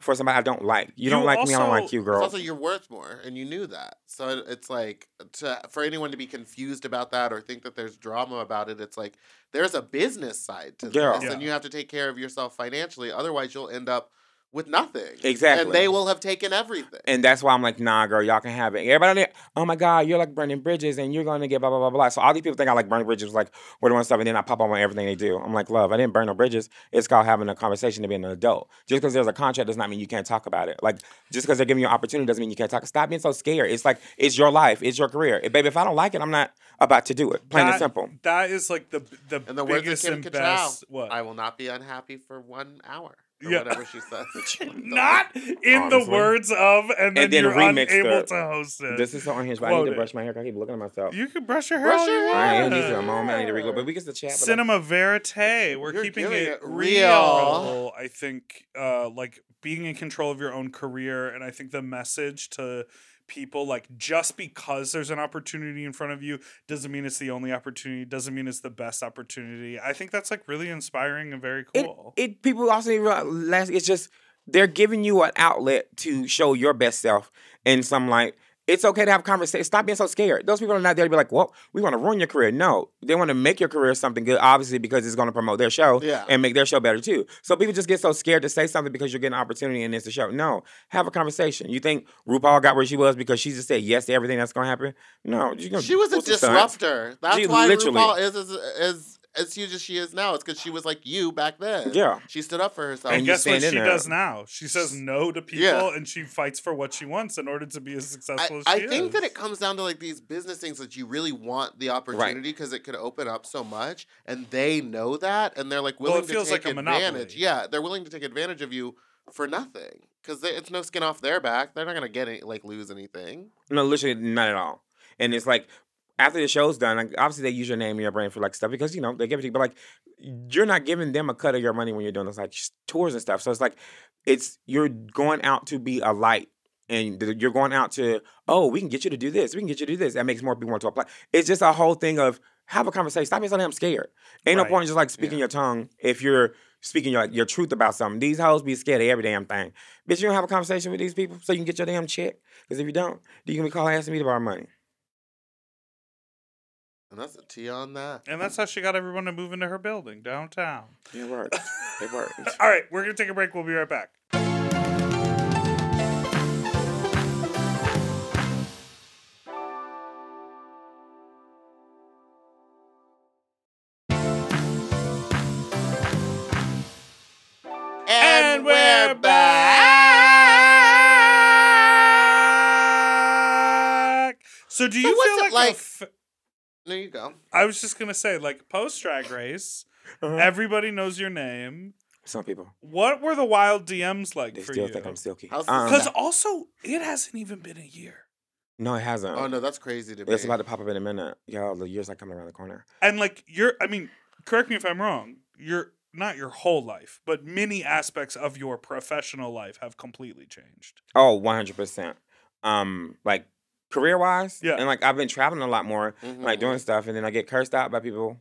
for somebody I don't like. You, don't You like me, I don't also- like you, It's girl. also you're worth more, and you knew that. So it- it's like to for anyone to be confused about that or think that there's drama about it. It's like there's a business side to Yeah. this, and Yeah. you have to take care of yourself financially. Otherwise, you'll end up with nothing. Exactly. and they will have taken everything. And that's why I'm like, nah, girl, y'all can have it. Everybody, on there, oh my God, you're like Brendan Bridges and you're going to get blah, blah, blah, blah. So all these people think I like Brendan Bridges, like, we're doing stuff, and then I pop up on everything they do. I'm like, love, I didn't burn no bridges. It's called having a conversation to be an adult. Just because there's a contract does not mean you can't talk about it. Like, just because they're giving you an opportunity doesn't mean you can't talk. Stop being so scared. It's like, it's your life, it's your career. And baby, if I don't like it, I'm not about to do it. Plain that, and simple. That is like the the And the words of biggest Kim and Cattrall, best. What? I will not be unhappy for one hour or Yeah. whatever she says. not in the Honestly. words of, and then, And then you're remix the- unable to host it. This is so unhinged, but I need Quote to it. brush my hair. 'cause I keep looking at mymyself. you can brush your hair. Brush all your you hair. I want. need to a moment. I need to regroup, but we get to chat. but, like, Cinema verite. We're You're keeping doing it, it real. real. I think, uh, like being in control of your own career, and I think the message to people, like just because there's an opportunity in front of you, doesn't mean it's the only opportunity. Doesn't mean it's the best opportunity. I think that's like really inspiring and very it, cool. it people also need to realize it's just they're giving you an outlet to show your best self in some light. It's okay to have conversation. Stop being so scared. Those people are not there to be like, "Well, we want to ruin your career." No, they want to make your career something good, obviously, because it's going to promote their show Yeah. and make their show better too. So people just get so scared to say something because you're getting an opportunity and it's a show. No, have a conversation. You think RuPaul got where she was because she just said yes to everything that's going to happen? No, you're gonna She was a pull some stunts. disruptor. That's She why literally- RuPaul is as, as as huge as she is now. It's because she was like you back then. Yeah. she stood up for herself. And you guess what stand she in there. does now? She says no to people, Yeah. and she fights for what she wants in order to be as successful I, as she I is. think that it comes down to like these business things that you really want the opportunity because it could open up so much, and they know that, and they're like Well, willing it feels to take like a monopoly. advantage. Yeah, they're willing to take advantage of you for nothing because it's no skin off their back. They're not gonna get any, like lose anything. No, literally not at all. And it's like after the show's done, like, obviously they use your name and your brand for like stuff because you know they give it to you. But like you're not giving them a cut of your money when you're doing those like sh- tours and stuff. So it's like it's you're going out to be a light. And th- you're going out to, oh, we can get you to do this. We can get you to do this. That makes more people want to apply. It's just a whole thing of have a conversation. Stop being so damn scared. Ain't Right. no point in just like speaking your tongue if you're speaking your, your truth about something. These hoes be scared of every damn thing. Bitch, you don't have a conversation with these people so you can get your damn check. Because if you don't, then you can be calling asking me to borrow money. And that's a T on that. And that's how she got everyone to move into her building downtown. It worked. It worked. All right, we're going to take a break. We'll be right back. And, back. So do So you what's feel it like, like- a f- There you go. I was just going to say like post drag race, Uh-huh. everybody knows your name. Some people, What were the wild DMs like they for still you? think I'm silky. How's the Um, Cuz also it hasn't even been a year. no, it hasn't. Oh no, that's crazy to me. It's about to pop up in a minute. Y'all, the years are coming around the corner. And like you're I mean, correct me if I'm wrong, you're not your whole life, but many aspects of your professional life have completely changed. Oh, 100%. Um, like career wise, Yeah. And like I've been traveling a lot more, Mhm. like Oh, doing stuff, and then I get cursed out by people.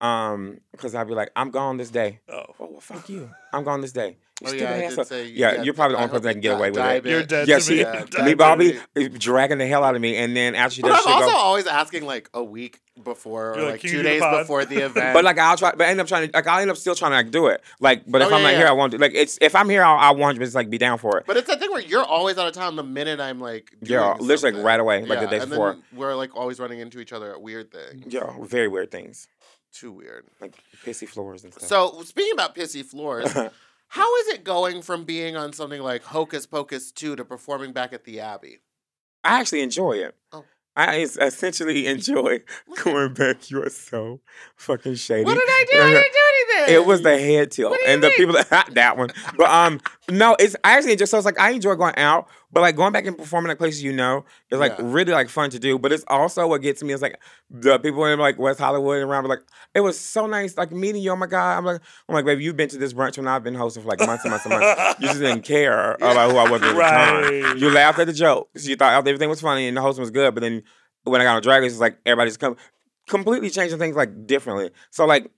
Um, because I'll be like, I'm gone this day. Oh. Oh, well, fuck you. I'm gone this day. You Oh stupid yeah, I asshole. did say. Yeah, you're probably the only person that can get away with it. You're dead Yeah, to she- me. yeah, That me, really- Bobby, is dragging the hell out of me, and then after she But does I'm shit, also go. always asking like a week before, or You're like, like "Can you two do the days pod?" before the event. But like I'll try, but I end up trying to, like I'll end up still trying to like do it. Like, but if Oh, I'm yeah, not yeah. here, I won't. do Like it's if I'm here, I'll, I'll 100 percent like be down for it. But it's that thing where you're always out of town the minute I'm like. Yeah, doing literally, like, something. right away, like, the day and before. Then we're like always running into each other at weird things. Yeah, very weird things Too weird. like pissy floors and stuff. So speaking about pissy floors, how is it going from being on something like Hocus Pocus two to performing back at the Abbey? I actually enjoy it. Oh. I es- essentially enjoy Look at- going back. You are so fucking shady. What did I do? I didn't do anything. It was the head tilt What do you and the people that that one. But um, no, it's I actually just so it's like I enjoy going out, but like going back and performing at places you know is like Yeah. really like fun to do. But it's also what gets me is like the people in like West Hollywood and around like it was so nice like meeting you. Oh my god, I'm like I'm like baby, you've been to this brunch when I've been hosting for like months and months and months. You just didn't care about who I was at the Right. time. You laughed at the jokes. You thought everything was funny and the hosting was good. But then when I got on Drag Race, it's like everybody's come completely changing things like differently. So like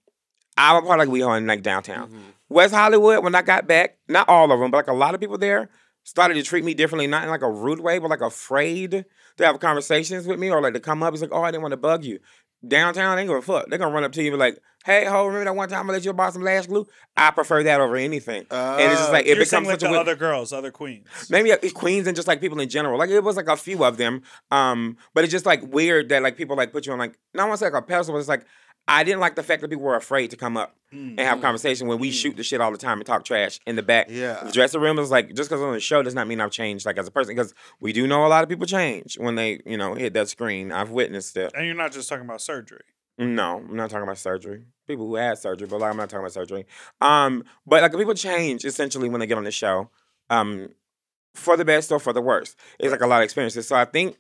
I'm a part of like WeHo and like downtown Mm-hmm. Mhm. West Hollywood. When I got back, not all of them, but like a lot of people there started to treat me differently, not in like a rude way, but like afraid to have conversations with me or like to come up. It's like, oh, I didn't want to bug you. Downtown, they ain't gonna fuck. They're gonna run up to you and be like, hey, ho, remember that one time I let you borrow some lash glue? I prefer that over anything. and it's just Oh, like, it You're saying becomes like such the a weird- other girls, other queens. maybe like, queens and just like people in general. Like it was like a few of them. Um, but it's just like weird that like people like put you on like not want to say like a pedestal, but it's like I didn't like the fact that people were afraid to come up Mm. and have conversation when we shoot the shit all the time and talk trash in the back. Yeah. The dressing room is like just because on the show does not mean I've changed like as a person because we do know a lot of people change when they you know hit that screen. I've witnessed it. And you're not just talking about surgery. No, I'm not talking about surgery. People who had surgery, but like, I'm not talking about surgery. Um, but like people change essentially when they get on the show, um, for the best or for the worst. It's like a lot of experiences. So I think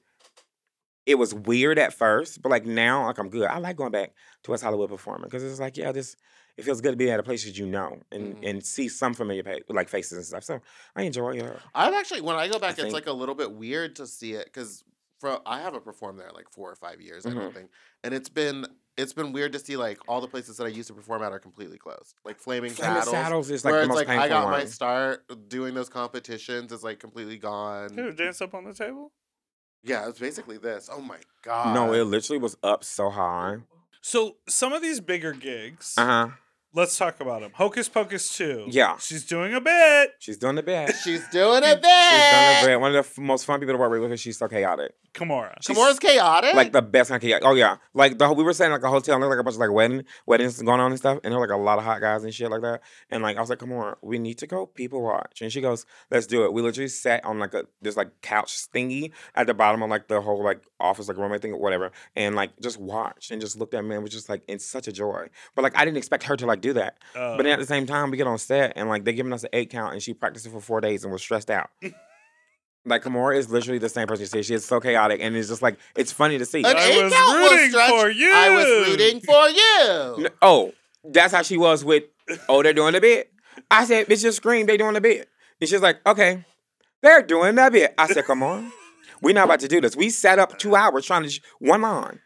it was weird at first, but like now, like I'm good. I like going back to West Hollywood performing because it's like yeah, this it feels good to be at a place that you know and Mhm. and see some familiar pa- like faces and stuff. So I enjoy uh, it. I've actually when I go back, it's think- like a little bit weird to see it because I haven't performed there in like four or five years, I Mm-hmm. don't think, and it's been it's been weird to see like all the places that I used to perform at are completely closed, like Flaming, Flaming Saddles. Saddles is like where the it's most like painful I got one. my start doing those competitions is like completely gone. Dude, dance up on the table. Yeah, it's basically this. Oh my god. no, it literally was up so high. So some of these bigger gigs, Uh huh. let's talk about them. Hocus Pocus 2. Yeah. She's doing a bit. She's doing the best. She's doing it She's done the big. great. One of the f- most fun people to work with because she's so chaotic. Kimora. She's Tomorrow's chaotic. like the best kind of chaotic. Oh yeah, like the whole- we were saying like a hotel and there was, like a bunch of like wedding weddings going on and stuff, and there were like a lot of hot guys and shit like that. And like I was like, come on, we need to go people watch. And she goes, let's do it. We literally sat on like a this like couch thingy at the bottom of like the whole like office like roommate thing or whatever, and like just watched and just looked at me and was just like it's such a joy. But like I didn't expect her to like do that. Uh, But then at the same time, we get on set and like they're giving us an eight count, and she practiced it for four days and was stressed out. like Kamora is literally the same person she is. She is so chaotic, and it's just like it's funny to see. an I eight was count will rooting stretch. for you. I was rooting for you. N- oh, that's how she was with. Oh, they're doing a bit. I said, bitch, just scream. They doing a bit. And she's like, okay, they're doing a bit. I said, come on, we're not about to do this. We sat up two hours trying to sh- one line.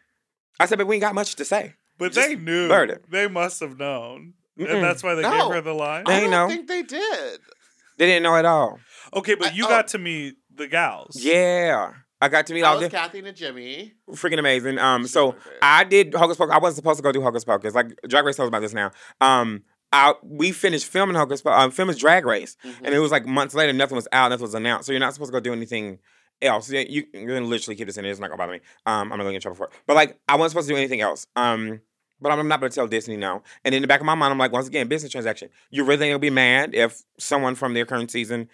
I said, but we ain't got much to say. but just they knew. murder. They must have known. And that's why they No. gave her the line. I They don't know. think they did. They didn't know at all. Okay, but I- you oh. got to meet the gals. Yeah. I got to meet That all was the Kathy and Jimmy. freaking amazing. Um, She's so my favorite. I did Hocus Pocus. I wasn't supposed to go do Hocus Pocus. Like Drag Race knows about this now. Um, I we finished filming Hocus Pocus, um, filming Drag Race, Mm-hmm. and it was like months later. Nothing was out. Nothing was announced. So you're not supposed to go do anything else. Yeah, You you can literally keep this in. It's not gonna bother me. Um, I'm not gonna get in trouble for it. But like, I wasn't supposed to do anything else. Um. But I'm not gonna tell Disney no. And in the back of my mind, I'm like, once again, business transaction. You really gonna be mad if someone from their current season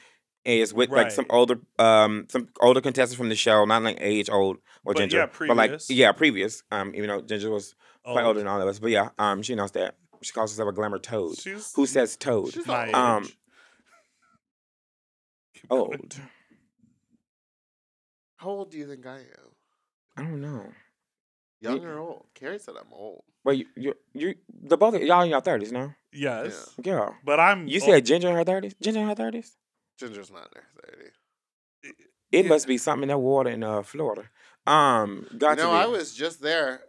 is with like some Right. older, um, some older contestants from the show, not like age old or But Ginger, yeah, but like previous. yeah, previous. Um, even though Ginger was Oh, quite older than all of us, but yeah, um, she knows that. She calls herself a glamour toad. She's Who says toad? She's my old. um, age. Keep going. Old. How old do you think I am? I don't know. Young or old? Carrie said I'm old. Well, you, you, you, the both of y'all in your thirties now. Yes. Yeah. Yeah. But I'm You oh, said Ginger in her thirties. Ginger in her thirties. Ginger's not in her thirty. It Yeah. must be something in that water in uh, Florida. Um, got no, to I be. was just there.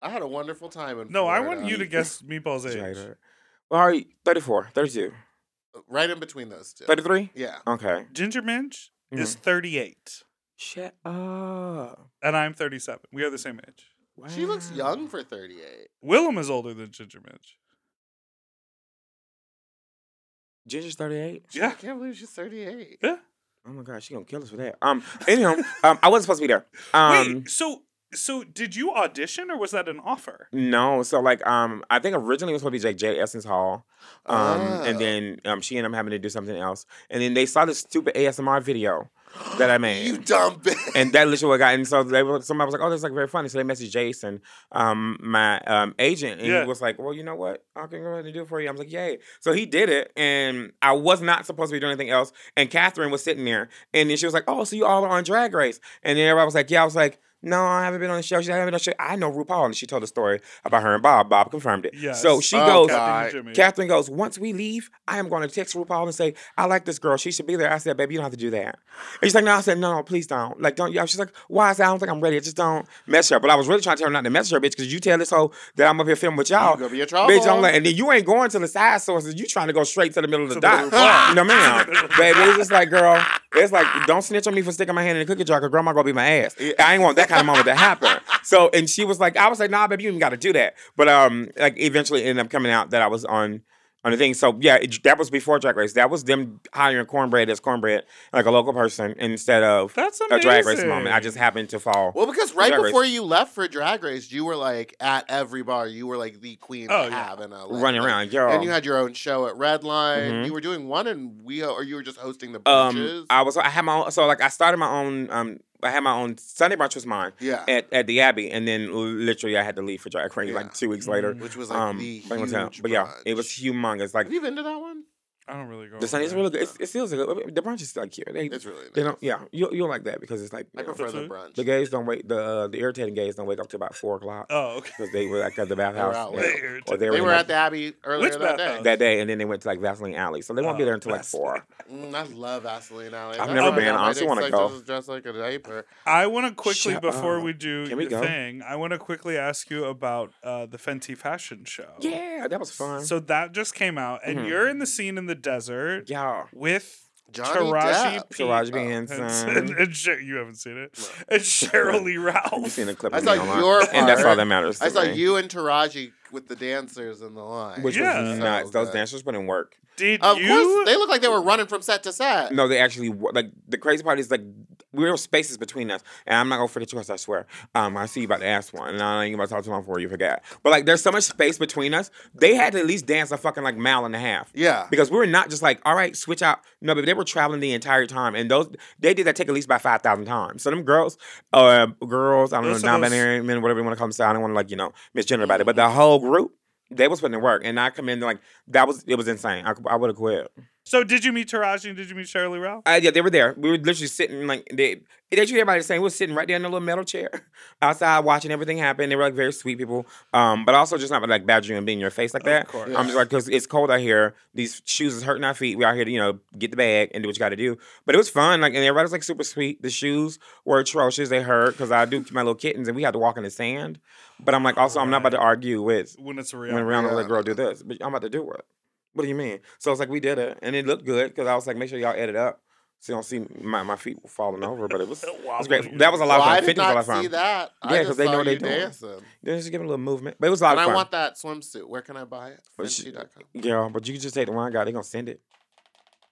I had a wonderful time in No, I Florida. Uh, want you to guess Meatball's age. Jada. Well, are you 34, 32, right in between those two. 33? Yeah. Okay. Ginger Minch Mm-hmm. is 38, Shut up. and I'm 37. We are the same age. She looks Wow. young for 38. Willem is older than Ginger Minch. Ginger's 38. I Yeah. can't believe she's 38. Yeah. Oh my God, she gonna kill us for that. Um, anyhow, um, I wasn't supposed to be there. Um, Wait, so so did you audition or was that an offer? no, so like, um, I think originally it was supposed to be Jake J. Essence Hall, Oh. um, Ah. and then um, she and I'm having to do something else, and then they saw this stupid ASMR video that I made. Ah, You dumb bitch. and that literally what got and so they were somebody was like, Oh, that's like very funny. So they messaged Jason, um, my um agent, and Yeah. he was like, Well, you know what? I can go ahead and do it for you. I was like, Yay. So he did it, and I was not supposed to be doing anything else. And Catherine was sitting there, and then she was like, Oh, so you all are on drag race. And then everybody was like, Yeah, I was like, No, I haven't been on the show. She's like, I haven't been on the show. I know RuPaul, and she told a story about her and Bob. Bob confirmed it. Yes. So she Oh, goes, God. Captain I- Jimmy. Catherine goes, Once we leave, I am going to text RuPaul and say, I like this girl. She should be there. I said, Baby, you don't have to do that. And she's like, No, I said, No, no, please don't. Like, don't. Yeah. She's like, Why? I said, I don't think I'm ready. I just don't mess her up. But I was really trying to tell her not to mess her, bitch, because you tell this hoe that I'm up here filming with you y'all. gonna be in trouble. Bitch, I'm like, and then you ain't going to the side sources. You trying to go straight to the middle of the To the dot. RuPaul. no, ma'am. Baby, it's just like, girl, it's like, don't snitch on me for sticking my hand in the cookie jar because grandma gonna be my ass. I ain't want that kind of moment to happen. So, and she was like, I was like, nah, baby, you ain't gotta do that. But um, like eventually it ended up coming out that I was on on the thing. So yeah, it, that was before Drag Race. That was them hiring Cornbread as Cornbread, like a local person, instead of That's a amazing. Drag Race moment. I just happened to fall. well, because right Drag Race. before you left for Drag Race, you were like at every bar. You were like the queen Oh, of yeah. having a Running around, girl. And you had your own show at Redline. Mhm. You were doing one, and we or you were just hosting the brunches. Um, I was I had my own. So like I started my own. Um, I had my own Sunday brunch was mine yeah, at, at the Abbey, and then literally I had to leave for drag race Yeah. like two weeks later. which was like Um, the but it huge was- but yeah, it was brunch. humongous. Like Have you been to that one? I don't really go. the Sunday's over really there. good. It's, it feels good. The brunch is like here. They, It's really nice. they don't. Yeah, you you like that because it's like I you know, prefer the food? brunch. the gays don't wait. The uh, the irritating gays don't wake up till about four o'clock Oh, okay. because they were like at the bathhouse out uh, late. or they were, They in, were like, at the Abbey earlier Which that day. bathhouse? that day, and then they went to like Vaseline Alley, so they won't be Oh, there until like that's- four. Mm, I love Vaseline Alley. I've That's never why been. my I honestly dick's wanna like go. just- Just like a diaper. I want to quickly Shut before up. we do Can we your go? thing. I want to quickly ask you about uh, the Fenty fashion show. Yeah, that was fun. So that just came out, and Mhm. you're in the scene in the desert yeah, with Johnny Taraji Depp. P. Taraji B. Henson Henson. and, Sher- you haven't seen it. And Cheryl Lee Ralph. You seen a clip I of saw me online, your and that's all part. that matters. I to saw me. you and Taraji with the dancers in the line. which Yeah. was nuts. So Those good. dancers wouldn't work. Did Of you? course, they look like they were running from set to set. No, they actually were. Like the crazy part is like we were spaces between us, and I'm not gonna forget yours. I swear. Um, I see you about to ask one, and I ain't about to talk too long before you forget. But like, there's so much space between us. They had to at least dance a fucking like mile and a half. Yeah. Because we were not just like, all right, switch out. No, but they were traveling the entire time, and those they did that take at least about five thousand times. So them girls, uh, girls, I don't Those know, are those- Mm-hmm. non-binary men, whatever you want to call them. So I don't want to like you know misgender about it, but the whole group. They was putting in work, and I come in like that was it was insane. I, I would have quit. So did you meet Taraji and did you meet Shirley Ralph? Uh, yeah, they were there. We were literally sitting like they. They treated everybody the same. We were sitting right there in a little metal chair outside, watching everything happen. They were like very sweet people, um, but also just not like badgering and being in your face Oh, like that. course. I'm just like, because it's cold out here. These shoes is hurting our feet. We out here to you know get the bag and do what you got to do. But it was fun. Like and everybody was like super sweet. The shoes were atrocious. They hurt because I do keep my little kittens and we had to walk in the sand. But I'm like, also I'm not about to argue with When it's a went real around and Yeah. let girl do this, but I'm about to do what? What do you mean? So it's like we did it, and it looked good because I was like, make sure y'all edit up so you don't see my, my feet falling over. But it was, it was great. That was a lot Well, of fun. I did Fifty was a lot not of fun. see that. I Yeah, just 'cause they know saw what they you doing. dancing. Then just give it a little movement, but it was a lot And of I fun. want that swimsuit. Where can I buy it? But she- Fenty.com. Girl, but you can just take the one I got. They gonna send it.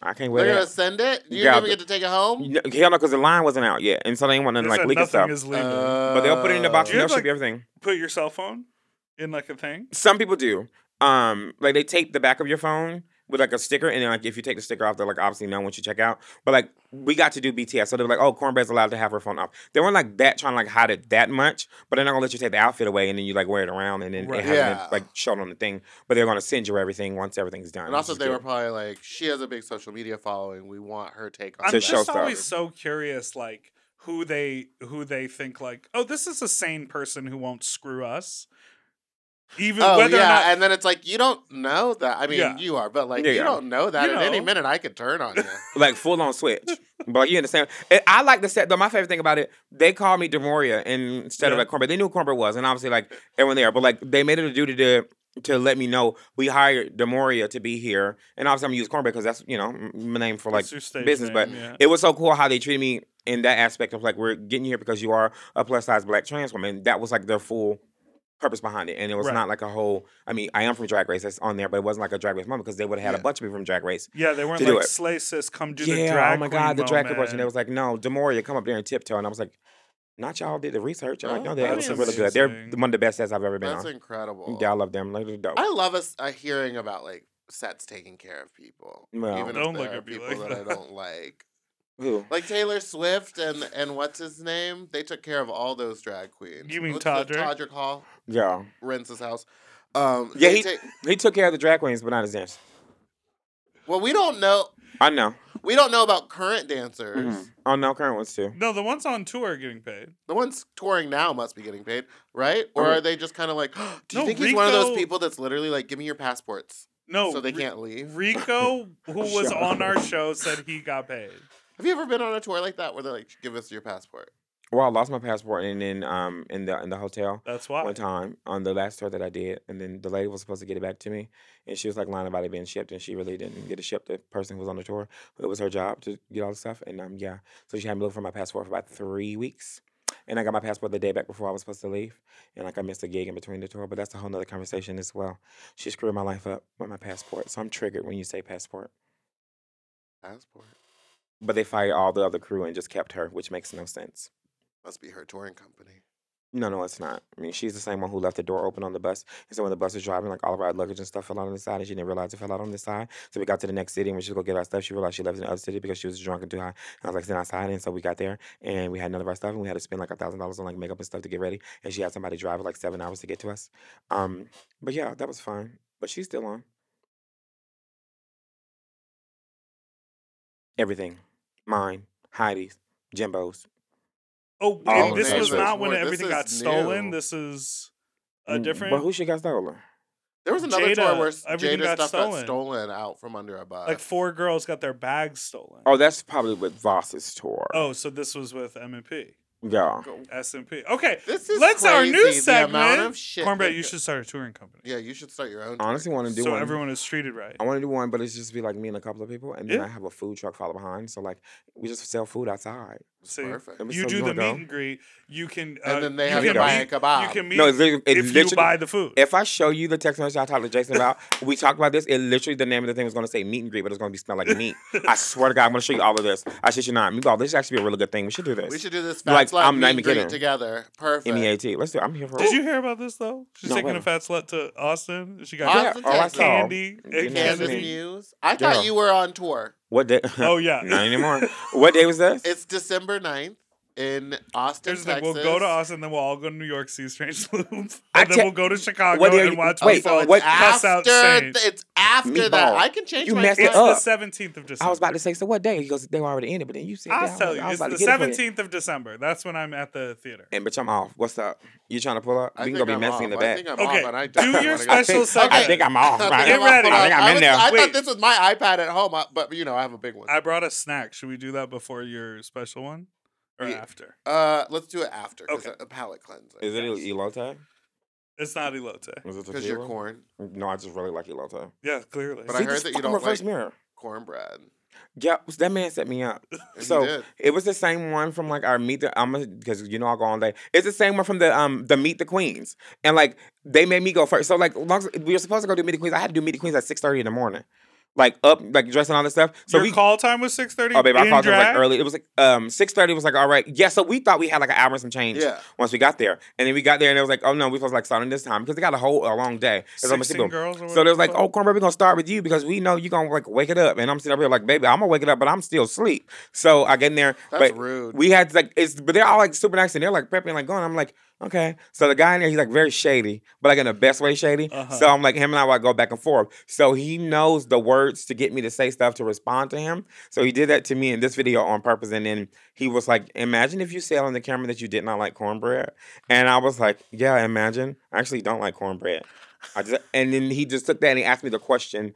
I can't wear They're gonna that. send it. You Yeah, didn't even the- get to take it home. No, Hell no, because the line wasn't out yet, and so they ain't want nothing like leaking stuff. nothing is legal. Uh, but they'll put it in the box Do you and they'll have, ship you everything. Put your cell phone in like a thing. Some people do. Um, like they tape the back of your phone with like a sticker, and then like if you take the sticker off, they're like obviously know once you check out. But like we got to do BTS, so they were like, "Oh, Cornbread's allowed to have her phone off." They weren't like that trying to like hide it that much, but they're not gonna let you take the outfit away and then you like wear it around and then Right. it hasn't been, Yeah. like shown on the thing. But they're gonna send you everything once everything's done. And also, which is they were good. probably like, she has a big social media following. We want her take on I'm To this." just show showstopper. always so curious, like who they who they think like, oh, this is a sane person who won't screw us, even Oh whether yeah, or not and then it's like you don't know that. I mean, Yeah. you are, but like Yeah, you yeah. don't know that. You At any know. minute, I could turn on you. like full on switch. but you understand. And I like the set though. My favorite thing about it, they called me Demoria instead of Yeah. like Cornbread. They knew who Cornbread was, and obviously like everyone there. But like they made it a duty to to let me know we hired Demoria to be here, and obviously I'm gonna use Cornbread because that's you know m- my name for like That's your stage business. But name, yeah. it was so cool how they treated me in that aspect of like we're getting you here because you are a plus size black trans woman. That was like their full purpose behind it. And it was Right. not like a whole I mean, I am from Drag Race, that's on there, but it wasn't like a drag race moment because they would have had Yeah. a bunch of people from Drag Race yeah, they weren't to do like it. slay sis, come do yeah, the drag. oh my queen god, the drag moment." question. They was like, no, Demoria, come up there and tiptoe. And I was like, not y'all did the research. I'm like, Oh, no, they that actually is really good. They're amazing. one of the best sets I've ever been That's on. incredible. Yeah, I love them. Like, they're dope. I love us uh, hearing about like sets taking care of people, No. even Don't if look there are at me people like that, I that. don't like. Who? Like Taylor Swift and and what's his name? They took care of all those drag queens. You mean what's the- Todrick? Todrick Hall Yeah. rents his house. Um, Yeah, they he- take- He took care of the drag queens, but not his dance. well, we don't know. I know. We don't know about current dancers. Mhm. Oh no, current ones too. no, the ones on tour are getting paid. The ones touring now must be getting paid, right? Or Oh. are they just kind of like, do you No, think he's one of those Rico- people that's literally like, give me your passports No, so they Ri- can't leave? Rico, who was on our show, said he got paid. Have you ever been on a tour like that where they're like, give us your passport? Well, I lost my passport and then um in the in the hotel That's why. one time on the last tour that I did, and then the lady was supposed to get it back to me, and she was like lying about it being shipped, and she really didn't get it shipped. The person who was on the tour, it was her job to get all the stuff, and um yeah, so she had me look for my passport for about three weeks, and I got my passport the day back before I was supposed to leave, and like I missed a gig in between the tour, but that's a whole nother conversation as well. She screwed my life up with my passport, so I'm triggered when you say passport. Passport. But they fired all the other crew and just kept her, which makes no sense. Must be her touring company. No, no, it's not. I mean, she's the same one who left the door open on the bus. And so when the bus was driving, like all of our luggage and stuff fell out on the side, and she didn't realize it fell out on this side. So we got to the next city, and when she was gonna get our stuff, she realized she left in the other city because she was drunk and too high. And I was like, sitting outside, and so we got there, and we had none of our stuff, and we had to spend like a thousand dollars on like makeup and stuff to get ready. And she had somebody drive like seven hours to get to us. Um, but yeah, that was fun. But she's still on everything, mine, Heidi's, Jimbo's. Oh, Oh, and this no, was this not is when more- everything this got is stolen. new. This is a Mm, different. But who she got stolen? There was another tour Jada- where s- everything Jada got stuff stolen. got stolen out from under a bus. like four girls got their bags stolen. Oh, that's probably with Voss's tour. Oh, so this was with M and P, yeah. S and P. Okay, This is Let's crazy, our new the amount segment. of shit Cornbread, that you go- should start a touring company. Yeah, you should start your own. tour. honestly want to do so one. everyone is treated right. I want to do one, but it's just be like me and a couple of people, and then Yeah. I have a food truck follow behind. So like we just sell food outside. It's See, perfect. Let me You so do you the wanna meet go? and greet. You can, And uh, then they you have can to buy a meet, kebab. You can meet No, it's literally, it if you literally- buy the food. If I show you the text message I talked to Jason about, we talked about this. It literally the name of the thing was going to say meet and greet, but it's going to be smell like meat. I swear to God, I'm going to show you all of this. I shit you not. Meatball, this should actually be a really good thing. We should do this. We should do this. You're like, Fat like, I'm I'm not meet even and greet kidding. E together. Perfect. M-E-A-T. Let's do. it. I'm here for. Did you hear about this though? She's No, taking a wait. fat slut to Austin. She got Yeah, Austin, all I Texas. saw. candy and You know what I Candace mean? Muse. I E Girl. thought you were on tour. What day? Oh yeah. not anymore. What day was this? It's December 9th. in Austin, Here's the thing: Texas. we'll go to Austin, then we'll all go to New York, see Strange Loop, and I then te- we'll go to Chicago What day are and you- watch wait, wait, people what- cuss out After Saint. th- it's after that, Meatball. I can change You my messed it it's mind. the up. seventeenth of December. I was about to say, so what day? He goes, they were already ended, but then you said, that. I I'll was tell like- you, I was it's about to the get it for you. seventeenth of December. That's when I'm at the theater. And bitch, I'm off. What's up? You trying to pull up? I we think can go be I'm messy off. in the I back. think I'm Okay, off, and I do don't your wanna go. special I think, I segment. think I'm off. I right? think Get I'm off. ready. Hold on. I think I'm in was- there. I thought Wait. this was my iPad at home, uh, but you know I have a big one. I brought a snack. Should we do that before your special one or Yeah. after? Uh, let's do it after. 'cause Okay. A, a palate cleanser. Is it elote? It's not elote. Is it because you're tequila? corn No, I just really like elote. Yeah, clearly. But I See, heard this that you fucking don't reverse like- mirror. cornbread? Yep, that man set me up. And So- you did. It was the same one from like our meet the I'm because you know I'll go all day. It's the same one from the um the meet the queens and like they made me go first. So like long as- we were supposed to go do meet the queens. I had to do meet the queens at six thirty in the morning, like up like dressing all this stuff. So your we call time was six thirty. oh babe, I called it was like early. It was like um six thirty was like all right yeah. So we thought we had like an hour and some change. yeah. Once we got there, and then we got there, and it was like, oh no, we supposed to like starting this time because they got a whole a long day. It's almost Sixteen girls. Or so whatever it's they was like, "Oh, called. Cornbread, we're gonna start with you because we know you're gonna like wake it up." And I'm sitting up here like, "Baby, I'm gonna wake it up, but I'm still asleep." So I get in there, That's but rude. we had to, like it's, but they're all like super nice and they're like prepping, like going. I'm like, okay. So the guy in there, he's like very shady, but like in the best way shady. Uh-huh. So I'm like, him and I like go back and forth. So he knows the words to get me to say stuff to respond to him. So he did that to me in this video on purpose, and then he was like, "Imagine if you said on the camera that you did not like cornbread," and I was like, "Yeah, imagine. I actually don't like cornbread." I just, and then he just took that and he asked me the question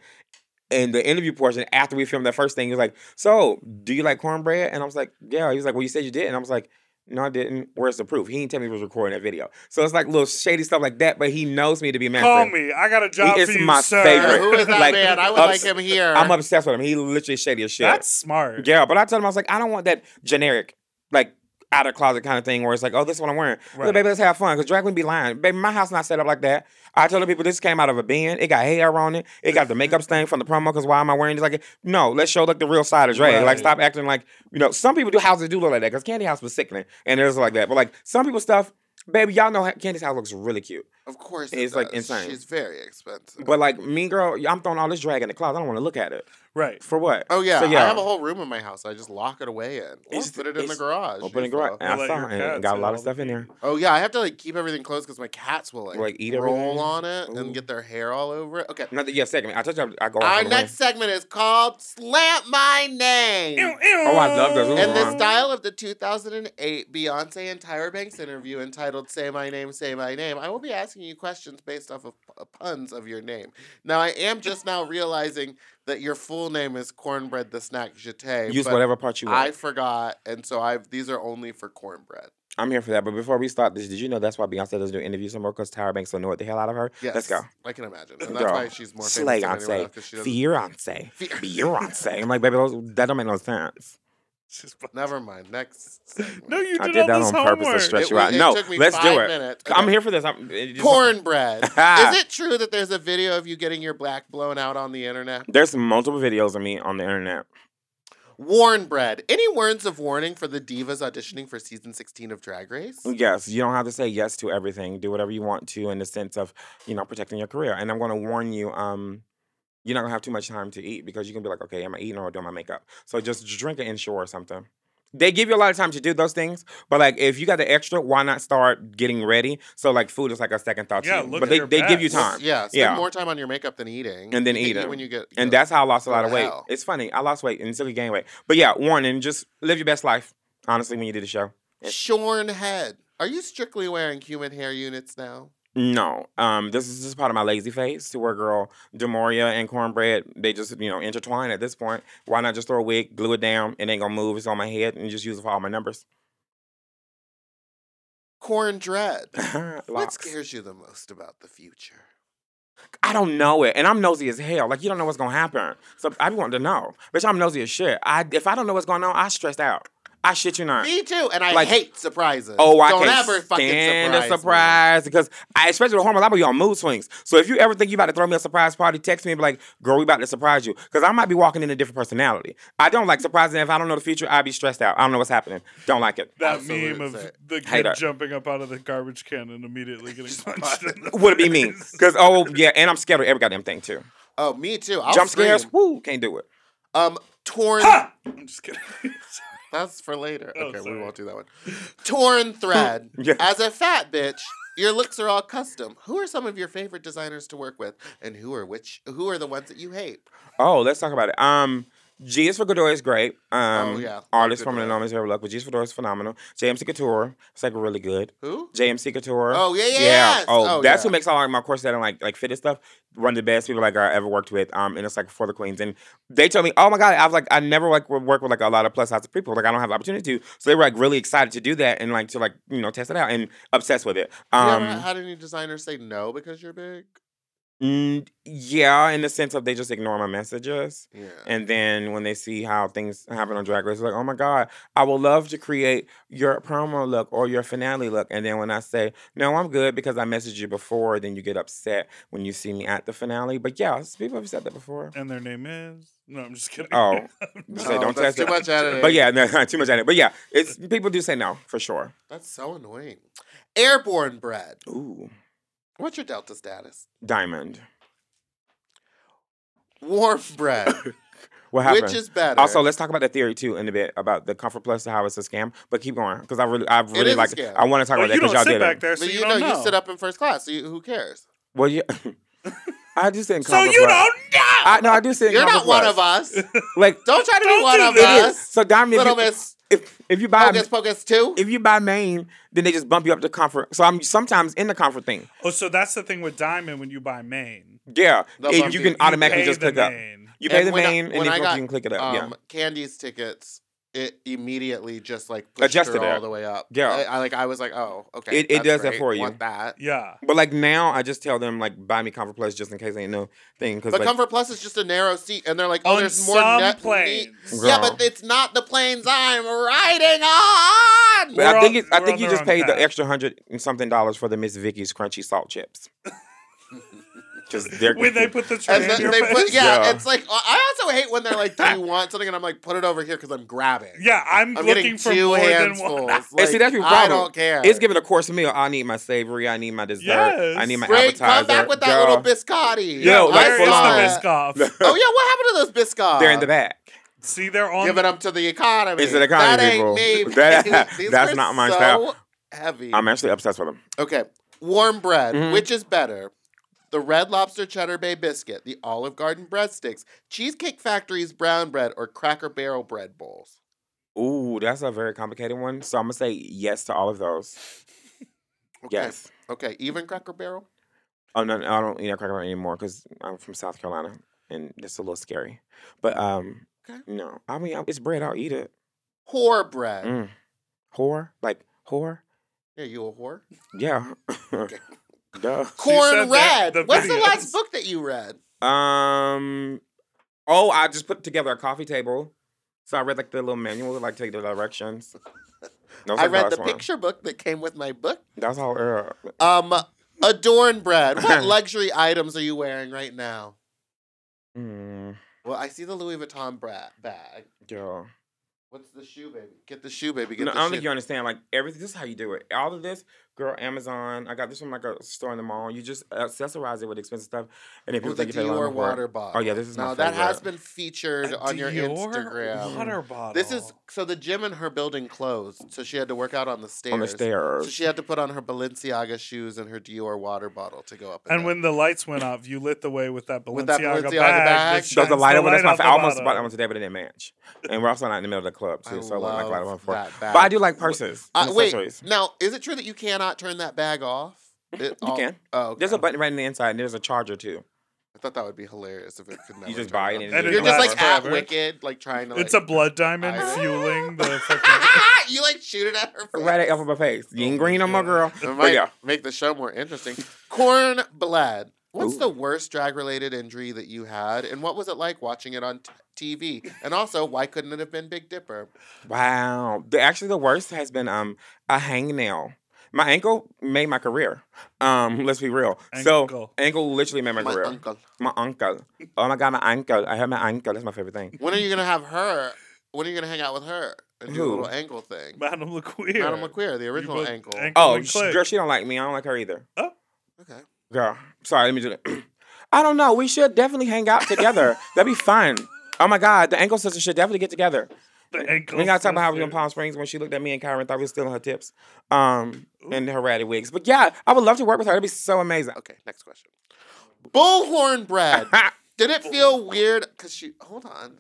in the interview portion after we filmed that first thing. He was like, "So, do you like cornbread?" And I was like, "Yeah." He was like, "Well, you said you did," and I was like, "No, I didn't." Where's the proof? He didn't tell me he was recording that video. So it's like little shady stuff like that. But he knows me to be mad. call me. I got a job It's for you, my sir. Yeah, favorite. who is that Like, man? I would ups- like him here. I'm obsessed with him. He literally shady as shit. That's smart. yeah, but I told him I was like, I don't want that generic like. Out of closet kind of thing where it's like, oh, this is what I'm wearing. Look, Right. baby, let's have fun. Cause drag would be lying. Baby, my house not set up like that. I tell the people this came out of a bin. It got hair on it. It got the makeup stain from the promo. Cause why am I wearing this? Like, no, let's show like the real side of drag. Right. Like, stop acting like you know. Some people do houses do look like that. Cause Candy House was sickening and it was like that. But like some people stuff, baby, y'all know Candy's house looks really cute. of course, It's, it like, does. insane. She's very expensive. But like mean girl, I'm throwing all this drag in the closet. I don't want to look at it Right. for what? oh yeah, So, I have a whole room in my house. I just lock it away in. Or It's- put it in the it's- garage. Open the you garage. know. And I Let saw your it and cats got a eat lot of all the stuff in there. Oh yeah, I have to like keep everything closed because my cats will like, Like, eat roll everything? on it Ooh. and get their hair all over it. Okay. Another yeah, second. I told you I, I go. off Our on a rant. next segment is called Slant My Name. Oh, I love those. Those In the Wow. style of the 2008 Beyonce and Tyra Banks interview entitled Say My Name, Say My Name, I will be asking you questions based off of p- puns of your name. Now, I am just now realizing that your full name is Cornbread the Snack Jete. Use but whatever part you I want. forgot, and so I've these are only for cornbread. I'm here for that. But before we start this, did you know that's why Beyonce doesn't do interviews anymore? Because Tyra Banks will know what the hell out of her. Yes, Let's go. I can imagine, and that's Girl, why she's more famous than anyone Slayonce, else, 'cause she doesn't- Fiance, Beyonce. I'm like, baby, those, that don't make no sense. Never mind. Next. segment. No, you did, I did that all this on purpose to homework. stress you was- out. No, took me let's five do it. minutes. I'm Okay. here for this. I'm, it just- Cornbread. Is it true that there's a video of you getting your black blown out on the internet? There's multiple videos of me on the internet. Warnbread. Any words of warning for the divas auditioning for season 16 of Drag Race? Yes, you don't have to say yes to everything. Do whatever you want to in the sense of, you know, protecting your career. And I'm going to warn you, um, you're not going to have too much time to eat because you can be like, okay, am I eating or doing my makeup? So just drink an inshore or something. They give you a lot of time to do those things, but like if you got the extra, why not start getting ready? So like food is like a second thought Yeah, to you. look but at they, your they give you bags. time. Yeah, spend Yeah. more time on your makeup than eating. And then You can eat it. when you get. And that's how I lost a What lot of the weight. hell? It's funny. I lost weight and still gained weight. But yeah, warning, just live your best life, honestly, when you do the show. Shorn head. Are you strictly wearing human hair units now? No, um, this is just part of my lazy phase to where girl Demoria and Cornbread they just you know intertwine at this point. Why not just throw a wig, glue it down, it ain't gonna move? It's on my head and just use it for all my numbers. Corn dread. What Locks. scares you the most about the future? I don't know it, and I'm nosy as hell. Like you don't know what's gonna happen, so I be wanting to know. Bitch, I'm nosy as shit. I if I don't know what's going on, I stressed out. I shit you not. Me too, and I Uh, Like- hate surprises. Oh, I Don't can't ever fucking stand surprise a me. surprise because I, especially with hormones, I be on mood swings. So if you ever think you about to throw me a surprise party, text me and be like, "Girl, we about to surprise you," because I might be walking in a different personality. I don't like surprising. If I don't know the future, I'd be stressed out. I don't know what's happening. Don't like it. That Absolute meme of sick. the kid Hater. jumping up out of the garbage can and immediately getting punched. in the Would it be me? face. Because oh yeah, and I'm scared of every goddamn thing too. Oh, me too. I'll Jump scares, scream. woo, can't do it. Um, torn. Ha! I'm just kidding. That's for later. Oh, okay, we sorry. won't do that one. Torn thread. Yeah. As a fat bitch, your looks are all custom. Who are some of your favorite designers to work with, and who are which? Who are the ones that you hate? Oh, let's talk about it. Um, G is for Godoy is great. Um, Oh, yeah. Love Artist from Godoy. Anonymous Hair Luck, but G is for Godoy is phenomenal. JMC Couture, it's like really good. Who? JMC Couture. Oh yeah, yeah. yes. Oh, that's yeah. who makes all like, my course set and like like fitted stuff. One of the best people like I ever worked with. Um, and it's like for the queens. And they told me, oh my god, I was like, I never like would work with like a lot of plus size people. Like I don't have the opportunity to. So they were like really excited to do that and like to like you know test it out and obsessed with it. You Um, ever had any designers say no because you're big? mm, yeah, in the sense of they just ignore my messages. Yeah. And then when they see how things happen on Drag Race, they're like, oh my God, I would love to create your promo look or your finale look. And then when I say, no, I'm good because I messaged you before, then you get upset when you see me at the finale. But yeah, s- people have said that before. And their name is. No, I'm just kidding. Oh, I'm you just- say No, don't that's test too it. much editing. But yeah, no, too much at it. But yeah, it's people do say no for sure. that's so annoying. Airborne bread. Ooh, What's your Delta status? diamond. Warm bread. What happened? Which is better? Also, let's talk about the theory too in a bit about the Comfort Plus and how it's a scam. But keep going because I really, I is really a like. scam. I want to talk Well, about that you because y'all don't did sit it. back there, so but you, you, know, don't know. you sit up in first class. So you, who cares? Well, yeah. I do sit in so Comfort you Plus. don't know. I no, I do sit in You're not Comfort one Plus. of us. Like Don't try to Don't be one do of this. us. so, Diamond. Little If you, Miss if, if you buy Hocus Pocus too. if you buy Maine, then they just bump you up to Comfort. So I'm sometimes in the Comfort thing. Oh, so that's the thing with Diamond when you buy Maine. Yeah, They'll and bump you you. can You automatically pay just the click up. Maine. You pay And the when I- Maine, when and I then got, you can click it up. um, Candy's tickets. It immediately just like pushed Adjusted her all it. the way up. Yeah. I, I, like I was like, oh, okay. It- it that's does that great. for you. Want that? Yeah. yeah, but like now, I just tell them like buy me Comfort Plus just in case ain't no thing. Because But like, Comfort Plus is just a narrow seat, and they're like, oh, On there's more some net planes. seat. Yeah, but Girl. it's not the planes I'm riding on. but We're I on- think it's, I we're on think you the just wrong paid path. the extra hundred and something dollars for the Miss Vicky's crunchy salt chips. Because they're When they put the train And in then your they face. put, yeah, Yeah. it's like uh, I also hate when they're like, "Do you want something?" And I'm like, "Put it over here," because I'm grabbing. yeah, I'm, I'm getting looking for two more hands than full. one. Like, And see, that's your I problem. don't care. It's giving a course meal. I need my savory. I need my dessert. I Yes. need my Great, appetizer. come back with that Girl, little biscotti. Yo, I like, Where full is the on. saw biscuit? that. Oh yeah, what happened to those biscotti? They're in the back. See, they're on. Giving them to the economy. It's an economy, That ain't people. me. That- bitch. These that's were not my so style. Heavy. I'm actually obsessed with them. Okay, warm bread. Mhm. Which is better? The Red Lobster Cheddar Bay Biscuit, the Olive Garden breadsticks, Cheesecake Factory's brown bread, or Cracker Barrel bread bowls. Ooh, that's a very complicated one. So I'm gonna say yes to all of those. Okay. Yes. Okay, even Cracker Barrel. Oh no, no, I don't eat at Cracker Barrel anymore because I'm from South Carolina and it's a little scary. But um, Okay. no, I mean I- it's bread. I'll eat it. Whore bread. Mm. Whore, like whore. Yeah, you a whore? Yeah. Duh. Corn said that red. the What's the videos- last book that you read? Um. Oh, I just put together a coffee table. So I read like the little manual, like take the directions. That was, I like, read last the one. picture book that came with my book. That's all. Uh, Um, adorn bread. What luxury items are you wearing right now? mm, Well, I see the Louis Vuitton bra- bag. yeah. What's the shoe, baby? Get the shoe, baby. Get No, I the don't shoe. think you understand. Like everything, this is how you do it. All of this, girl, Amazon. I got this from like a store in the mall. You just accessorize it with expensive stuff, and if Ooh, people the think you pay a lot Dior more for it- water bottle. Oh, yeah, this is no, my that has favorite. been featured A on your Dior Instagram. Water bottle. This is so the gym in her building closed, so she had to work out on the stairs. on the So stairs. she had to put on her Balenciaga shoes and her Dior water bottle to go up. And down. when the lights went up, you lit the way with that Balenciaga, With that Balenciaga bag. bag. that Does Does the shines light up? That's light my. out fa- the I almost bottom. bought that one today, but it didn't match. And we're also not in the middle of the club I too, so I wasn't like light love up for. it. that But I bag. do like purses. Uh, and wait, accessories. now is it true that you cannot turn that bag off? It, You can. Oh, okay. There's a button right in the inside, and there's a charger too. I thought that would be hilarious if it could never. You just turn buy off. it, and, And it You're lasts just like at forever. Wicked, like trying to. It's a like, blood diamond I- fueling the fucking. you like shoot it at her. Face. right at my face. You ain't my green on my God. girl. It But might yeah, make the show more interesting. Corn Blad. What's Ooh. the worst drag related injury that you had, and what was it like watching it on t- TV? And also, why couldn't it have been Big Dipper? wow. The, actually, the worst has been um a hangnail. My ankle made my career. Um, let's be real. So Ankle. ankle literally made my, My career. uncle. My uncle. Oh my god, my ankle. I had my ankle. That's my favorite thing. When are you gonna have her? When are you gonna hang out with her and do a Who? little ankle thing? Madame LaQueer. Madame LaQueer, the original both ankle. ankle- Oh, and sh- click. girl, she don't like me. I don't like her either. Okay. Girl, sorry. Let me do that. I don't know. We should definitely hang out together. That'd be fun. Oh my god, the ankle sisters should definitely get together. the ankles. We gotta talk about how we was in sisters. Palm Springs when she looked at me and Kyron thought we were stealing her tips, um, and her ratty wigs. But yeah, I would love to work with her. That'd be so amazing. Okay, next question. Bullhorn Brad. Did it feel weird? Cause she hold on.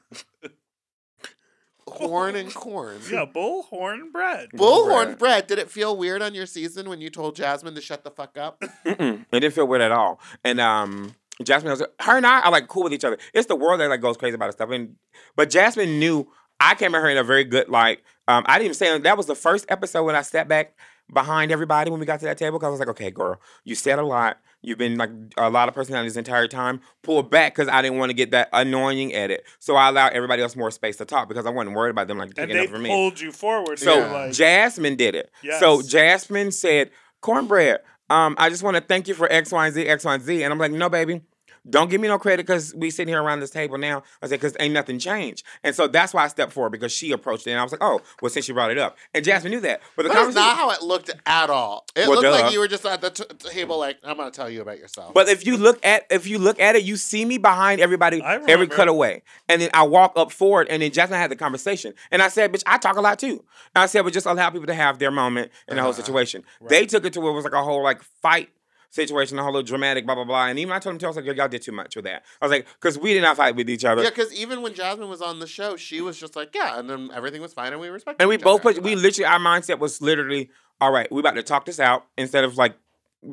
Horn and corn. Yeah, bullhorn bread. Bullhorn Brad. Brad. Did it feel weird on your season when you told Jasmine to shut the fuck up? Mm-mm. It didn't feel weird at all. And um, Jasmine was her and I are like cool with each other. It's the world that like goes crazy about this stuff. And but Jasmine knew I came at her in a very good like. Um, I didn't even say that was the first episode when I stepped back behind everybody when we got to that table because I was like, okay, girl, you said a lot. You've been like a lot of personalities the entire time. Pull back because I didn't want to get that annoying edit. So I allowed everybody else more space to talk because I wasn't worried about them like And taking they up for me. pulled you forward. So So like, Jasmine did it. So Yes. Jasmine said, Cornbread, um, I just want to thank you for X, Y, and Z, X, Y, and Z. And I'm like, no, baby. Don't give me no credit because we sitting here around this table now. I said, because ain't nothing changed. And so that's why I stepped forward because she approached it. And I was like, oh, well, since she brought it up. And Jasmine knew that. But But the it's conversation- not how it looked at all. It Well, looked duh. like you were just at the t- table, like I'm gonna tell you about yourself. But if you look at if you look at it, you see me behind everybody, I every remember. cutaway, and then I walk up forward, and then Jasmine had the conversation, and I said, "Bitch, I talk a lot too." And I said, "But just allow people to have their moment in the whole Uh-huh. situation." They took it to where it was like a whole like fight situation, a whole little dramatic, blah blah blah. And even I told them, "I was like, Yo, y'all did too much with that." I was like, "Cause we did not fight with each other." yeah, because even when Jasmine was on the show, she was just like, yeah, and then everything was fine, and we respected. And we each both other put we literally our mindset was literally, all right, we about to talk this out instead of like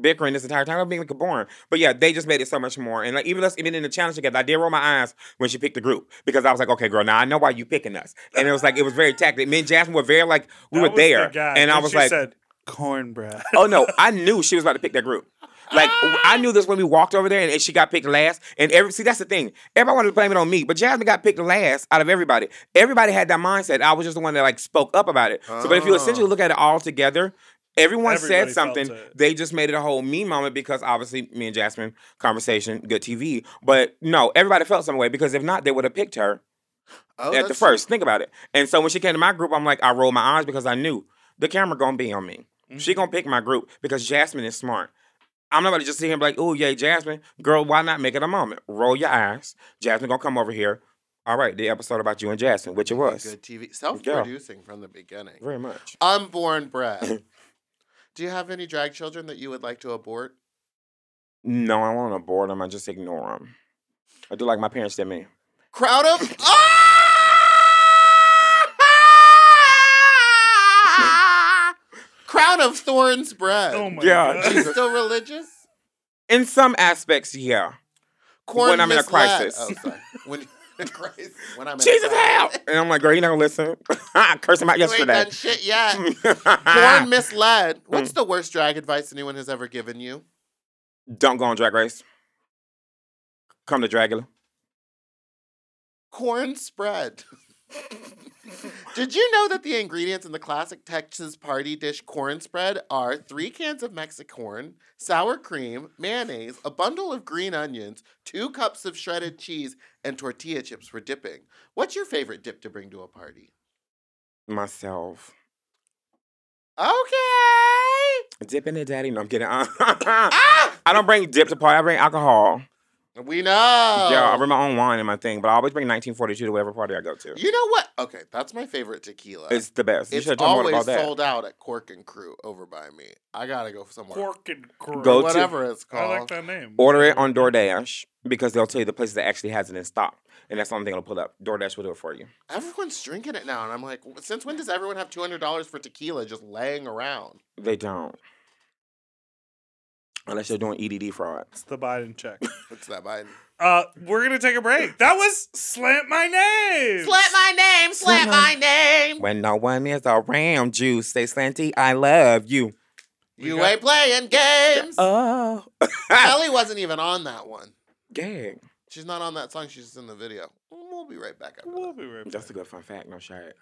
bickering this entire time. I'm being like boring. But yeah, they just made it so much more. And like even us even in the challenge together, I did roll my eyes when she picked the group because I was like, okay, girl, now I know why you picking us. And it was like it was very tactic. Me and Jasmine were very like we that were was the there. guy. and I When was she like, said, cornbread. oh no, I knew she was about to pick that group. Like I knew this when we walked over there, and, and she got picked last. And every see, that's the thing. Everybody wanted to blame it on me, but Jasmine got picked last out of everybody. Everybody had that mindset. I was just the one that like spoke up about it. So, but if you Oh. essentially look at it all together, everyone Everybody said felt something. it. They just made it a whole me moment because obviously me and Jasmine conversation, good TV. But no, everybody felt some way because if not, they would have picked her Oh, at the that's- first. Think about it. And so when she came to my group, I'm like, I rolled my eyes because I knew the camera gonna be on me. Mm-hmm. She gonna pick my group because Jasmine is smart. I'm not about to just sit here and be like, oh yeah, Jasmine, girl, why not make it a moment? Roll your eyes. Jasmine gonna come over here. All right, the episode about you and Jasmine, which it was. good TV, self-producing from the beginning. Very much. Unborn Brad. Do you have any drag children that you would like to abort? No, I don't want to bore them. I just ignore them. I do like my parents did me. Crowd of. Crown of Thorns Brad. oh my Yeah, god. She's still religious? In some aspects, yeah. Corn When I'm in a misled. crisis. Oh, sorry. When, Christ, when I'm in a Jesus help! crisis. And I'm like, girl, you not gonna listen. I cursed him out You ain't yesterday. done shit yet. Ah. Corn misled. Mm. What's the worst drag advice anyone has ever given you? Don't go on Drag Race. Come to Dragula. corn spread. Did you know that the ingredients in the classic Texas party dish corn spread are three cans of Mexicorn, sour cream, mayonnaise, a bundle of green onions, two cups of shredded cheese, and tortilla chips for dipping? What's your favorite dip to bring to a party? Myself. Okay. Dip in it, daddy. No, I'm kidding. Ah! I don't bring dip to party. I bring alcohol. We Yeah, I know. bring my own wine in my thing, but I always bring 1942 to whatever party I go to. Oh. You know what? Okay, that's my favorite tequila. It's the best. You It's should have told me always about that. sold out at Cork and Crew over by me. I gotta go somewhere. Cork and crow. Go to- whatever it's I called. like that name. Order it on DoorDash because they'll tell you the places that actually has it in stock, and that's the only thing it'll pull up. DoorDash will do it for you. Everyone's drinking it now, and I'm like, "W- since when does everyone have two hundred dollars for tequila just laying around? They don't, unless you're doing E EDD fraud. It's the Biden check. What's that Biden? Uh, we're gonna take a break. That was slant my name. my name, slap my name. When no one is around you, say Slanty, I love you. You got- ain't playing games. Oh, Kelly wasn't even on that one. gang. She's not on that song. She's just in the video. We'll be right back. After We'll that. be right back. That's a good fun fact. No shade.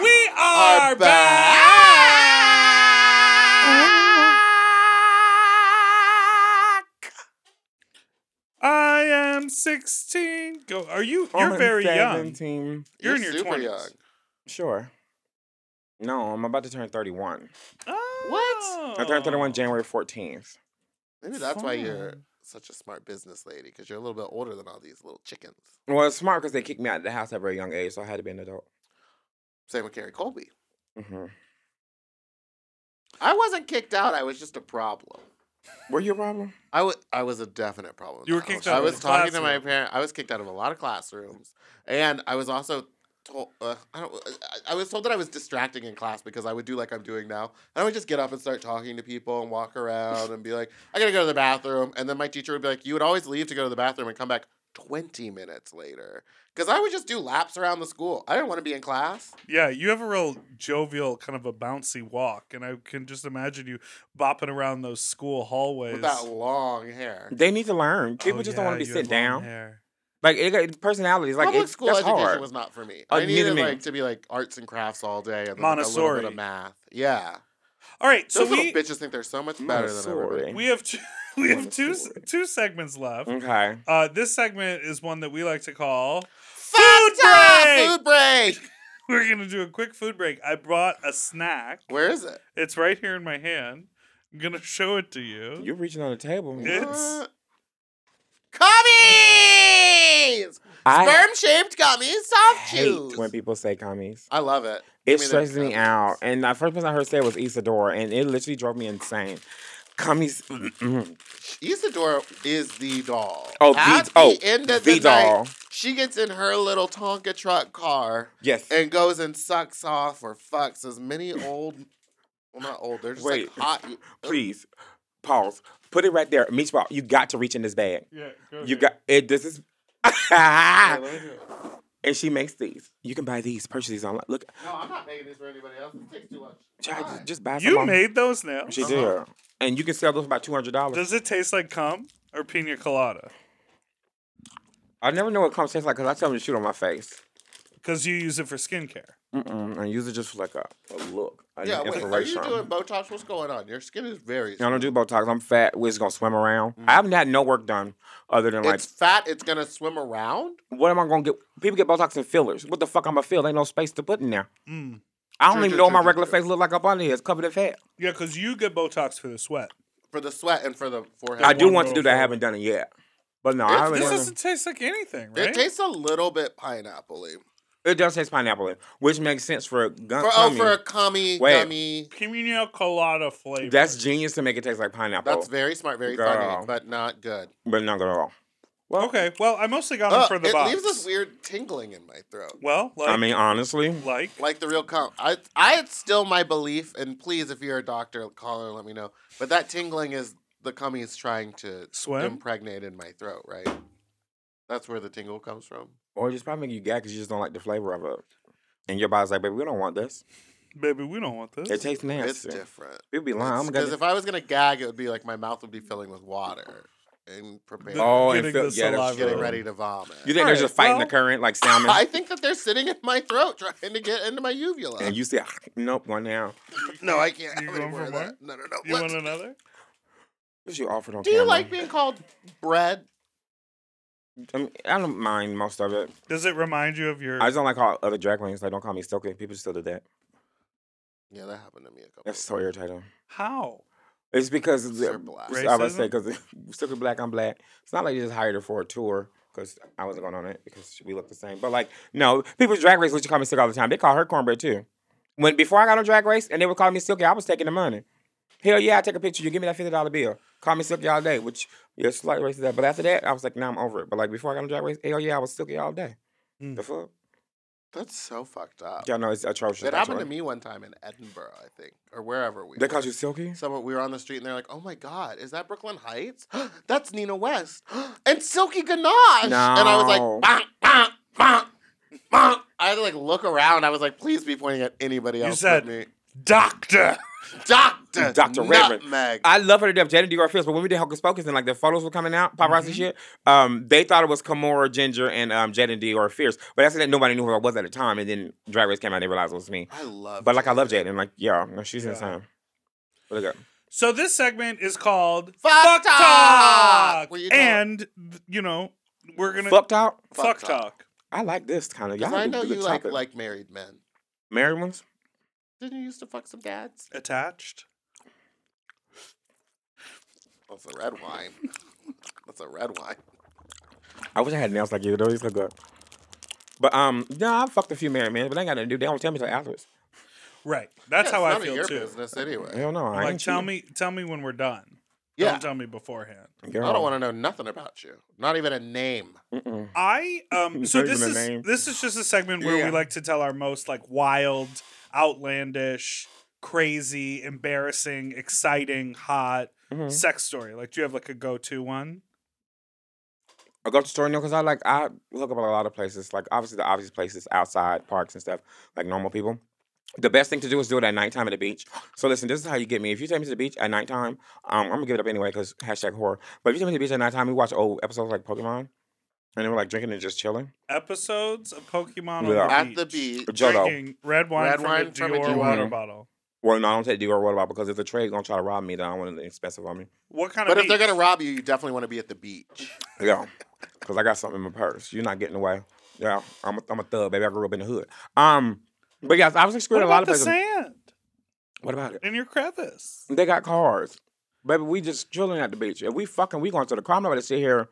We are Are back. I am 16. Go. Are you? You're I'm very young. 17. You're in your super 20s. young. Sure. No, I'm about to turn 31. Oh. I turned 31 January 14th. Maybe that's why you're Fun. such a smart business lady because you're a little bit older than all these little chickens. Well, it's smart because they kicked me out of the house at a very young age, so I had to be an adult. Same with Carrie Colby. hmm I wasn't kicked out. I was just a problem. Were you a problem? I wa- I was a definite problem. in You were the kicked house. out I of was the talking to my classroom. parents. I was kicked out of a lot of classrooms, and I was also told uh, I don't. I- I was told that I was distracting in class because I would do like I'm doing now, and I would just get up and start talking to people and walk around and be like, I gotta go to the bathroom, and then my teacher would be like, You would always leave to go to the bathroom and come back 20 minutes later because I would just do laps around the school. I didn't want to be in class. Yeah, you have a real jovial, kind of a bouncy walk, and I can just imagine you bopping around those school hallways. With that long hair. They need to learn. Oh, People just don't yeah, want to be you have sit long down. hair. Like it, it, personalities, like Public it, school that's education hard. was not for me. Uh, I needed neither me. like to be like arts and crafts all day and then, like, a little bit Montessori. of math. Yeah, All right, those so little we bitches think they're so much better than everybody. Montessori. we have two, we have two s- Montessori. two segments left. okay. Uh, this segment is one that we like to call. Food break! Food break. We're gonna do a quick food break. I brought a snack. Where is it? It's right here in my hand. I'm gonna show it to you. You're reaching on the table. It's- Uh, Gummies. I Sperm shaped gummies, soft hate chews. when people say gummies. I love it. Give It the stresses me gummies. out. And the first person I heard say it was Isadora, and it literally drove me insane. mm-hmm. Gummies. Isadora is the doll. Oh, At the, oh, end of the, the doll. night, she gets in her little Tonka truck car. Yes. and goes and sucks off or fucks as many old. Well, not old. They're just Wait. like hot. Please pause. Put it right there. Meatball, you got to reach in this bag. yeah, Mm-hmm. You got it. This is. Yeah, and let me do it. she makes these. You can buy these. Purchase these online. Look, No, I'm not making this for anybody else. It takes too much. child, Why? just, just buy some. You on- made those now. She Uh-huh. did. And you can sell those for about two hundred dollars. Does it taste like cum or pina colada? I never know what comes tastes like because I tell them to shoot on my face. Because you use it for skincare. Mm-mm. And use it just for like a, a look, an yeah, wait. Are you inspiration. doing Botox? What's going on? Your skin is very. I don't do Botox. I'm fat. We're just gonna swim around. I haven't had no work done other than like, Mm. It's fat. It's gonna swim around. what am I gonna get? People get Botox and fillers. What the fuck I'm gonna fill? Ain't no space to put in there. Mm. I don't True, even true, know what true, my true, regular true. face look like up under here. It's covered in fat. Yeah, because you get Botox for the sweat. For the sweat and for the forehead. I do one want to row do that. I forward. haven't done it yet. But no, It's- I haven't. This done it. doesn't taste like anything, It right? tastes a little bit pineapple-y. It does taste pineapple, in, which makes sense for a gun. For, oh, gummy. for a cummy, Uh, Wait. gummy. Pina colada flavor. That's genius to make it taste like pineapple. That's very smart, very funny, Oh. Girl. but not good. but not at all. well, okay. Well, I mostly got them Oh, for the it box. leaves this weird tingling in my throat. well, like, I mean, honestly, like, like the real com I I it's still my belief, and please, if you're a doctor, call and let me know. But that tingling is the cummies trying to Swim? impregnate in my throat, right? That's where the tingle comes from. or just probably make you gag because you just don't like the flavor of it. And your body's like, baby, we don't want this. baby, we don't want this. It tastes nasty. It's different. People be lying. I'm gonna Because if I was gonna gag, it would be like my mouth would be filling with water and prepared, Oh, and Getting feel- the yeah, that's saliva. getting true. ready to vomit. you think they're just Alright, fighting well- the current like salmon, I think that they're sitting in my throat trying to get into my uvula. and you say, "Ah, nope, one now. no, I can't. have any You going more for of more? that. No, no, no. You Let's- want another? What you offered on Do camera? you like being called bread? I, mean, I don't mind most of it. Does it remind you of your? I just don't like all other drag queens. Like, don't call me silky. People still do that. Yeah, that happened to me a couple. That's so irritating. How? It's because of the- They're black. So I would say Racism? because Silky Black, I'm black. It's not like you just hired her for a tour because I wasn't going on it because we look the same. But like, no, people's drag race used to call me sick all the time. They call her cornbread too. When before I got on drag race and they would call me silky, I was taking the money. Hell yeah, I take a picture. You give me that fifty dollar bill. Call me silky all day, which yeah, slight racist that. But after that, I was like, nah, I'm over it. But like before I got on drag race, hell yeah, I was silky all day. Mm. The fuck? That's so fucked up. Y'all know it's atrocious. It that's happened to right. me one time in Edinburgh, I think, or wherever we. They were. called you silky. Someone we were on the street and they're like, "Oh my God, is that Brooklyn Heights? That's Nina West and Silky Ganache." And I was like, No. "Bonk, bonk, bonk, bonk." I had to like look around. I was like, "Please be pointing at anybody You else." said- but me. Doctor. Doctor, Dr. Reverend. Nutmeg. I love her to death. Janet DeGraw Fields, but when we did Hocus Pocus and like the photos were coming out, paparazzi shit, um, they thought it was Kamora, Ginger, and um, Janet DeGraw Fierce. But that's that nobody knew who I was at the time. And then Drag Race came out, they realized it was me. I love. But like, I love Jaden. Janet. And like, yeah, no, she's Yeah. insane. But look up. So this segment is called Fuck Fuck Talk. Talk, Where you talk- and you know we're gonna Fucked out. Fuck Fuck Talk. talk. I like this kind of. 'Cause Y'all I do know good you like topic. like married men. married ones. Didn't you used to fuck some dads? Attached. That's a red wine. That's a red wine. I wish I had nails like you. Those look good. But um, no, I fucked a few married men, but they ain't got nothing to do. They don't tell me till afterwards. Right. That's Yeah, how it's I none of feel your too. business anyway. I don't know. I Like ain't tell cheating. me tell me when we're done. Yeah. Don't tell me beforehand. Girl. I don't want to know nothing about you. Not even a name. Mm-mm. I um so Not this even a is name. this is just a segment where Yeah. we like to tell our most like wild, outlandish, crazy, embarrassing, exciting, hot Mm-hmm. Mhm. sex story. Like do you have like a go-to one? I go to store now because I like I look up at a lot of places. Like obviously the obvious places outside parks and stuff, like normal people. The best thing to do is do it at nighttime at the beach. So listen, this is how you get me. If you take me to the beach at nighttime, um, I'm gonna give it up anyway because hashtag horror. But if you take me to the beach at nighttime, we watch old episodes like Pokemon, and then we're like drinking and just chilling. Episodes of Pokemon on Yeah. the At beach. the beach. Jodo. Drinking red wine Red from a wine Dior, from a Dior. water bottle. Well, no, I don't take Dior what about because if the trade's gonna try to rob me, then I don't want it expensive on me. What kind But of if they're beach? gonna rob you, you definitely want to be at the beach. Yeah, because I got something in my purse. You're not getting away. Yeah, I'm a, I'm a thug, baby. I grew up in the hood. Um, but yeah, I was What exploring a lot about of the places. sand What about it? in your crevice? They got cars. Baby, we just chilling at the beach. If we fucking, we going to the car. I'm not about to sit here.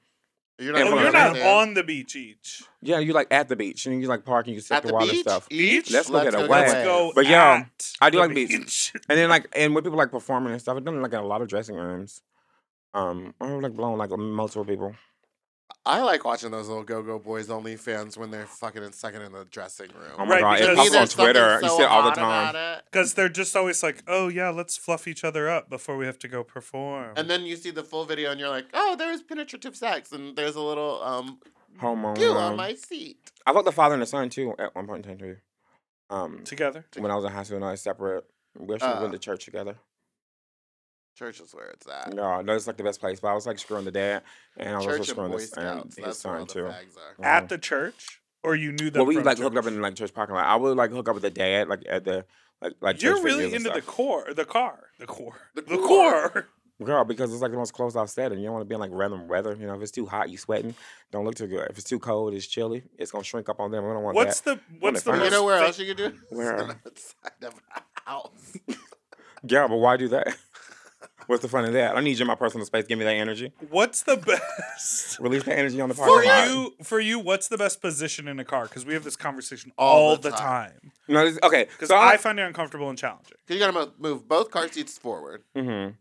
You're Yeah, not, Oh, but gonna you're not stand on the beach each. Yeah, you like at the beach and you like parking, you sip at the, the water beach. stuff. Each? Let's look at a go wave. Let's away. go. But yeah, at I do the like beach. And then like, and when people like performing and stuff, I've done like in a lot of dressing rooms. Um, I've like blown like multiple people. I like watching those little go-go boys only fans when they're fucking and sucking in the dressing room. Oh my Right, god, it because- pops on There's something Twitter. you so see it all the hot about time. it. Because they're just always like, oh, yeah, let's fluff each other up before we have to go perform. And then you see the full video, and you're like, "Oh, there's penetrative sex, and there's a little um Homo. goo on um, my seat." I fucked the father and the son too at one point in time too. Um, Together. when I was in high school, and I was separate. We actually Uh. went to church together. Church is where it's at. No, that's like the best place. But I was like screwing the dad, and I was Church also and screwing Boy this and Scouts. his That's where all son the too. fags are. Mhm. At the church? Or you knew that? well, we like hooked up in like church parking lot. I would like hook up with the dad, like at the like like. You're church really videos and into the stuff. core, the car, the core, The the, core. core. girl because it's like the most closed off setting. You don't want to be in like random weather. You know, if it's too hot, you sweating. Don't look too good. If it's too cold, it's chilly. It's gonna shrink up on them. I don't want What's that. the what's the Well, You most know where fa- else you could do? it? Where? Outside of a house. Yeah, but why do that? What's the fun of that? I need you in my personal space. Give me that energy. What's the best? Release that energy on the For parking lot. you, for you, what's the best position in a car? Because we have this conversation All all, the the time. time. No, this, okay. Because so I I. find it uncomfortable and challenging. 'Cause you gotta mo- move both car seats forward. Mm-hmm.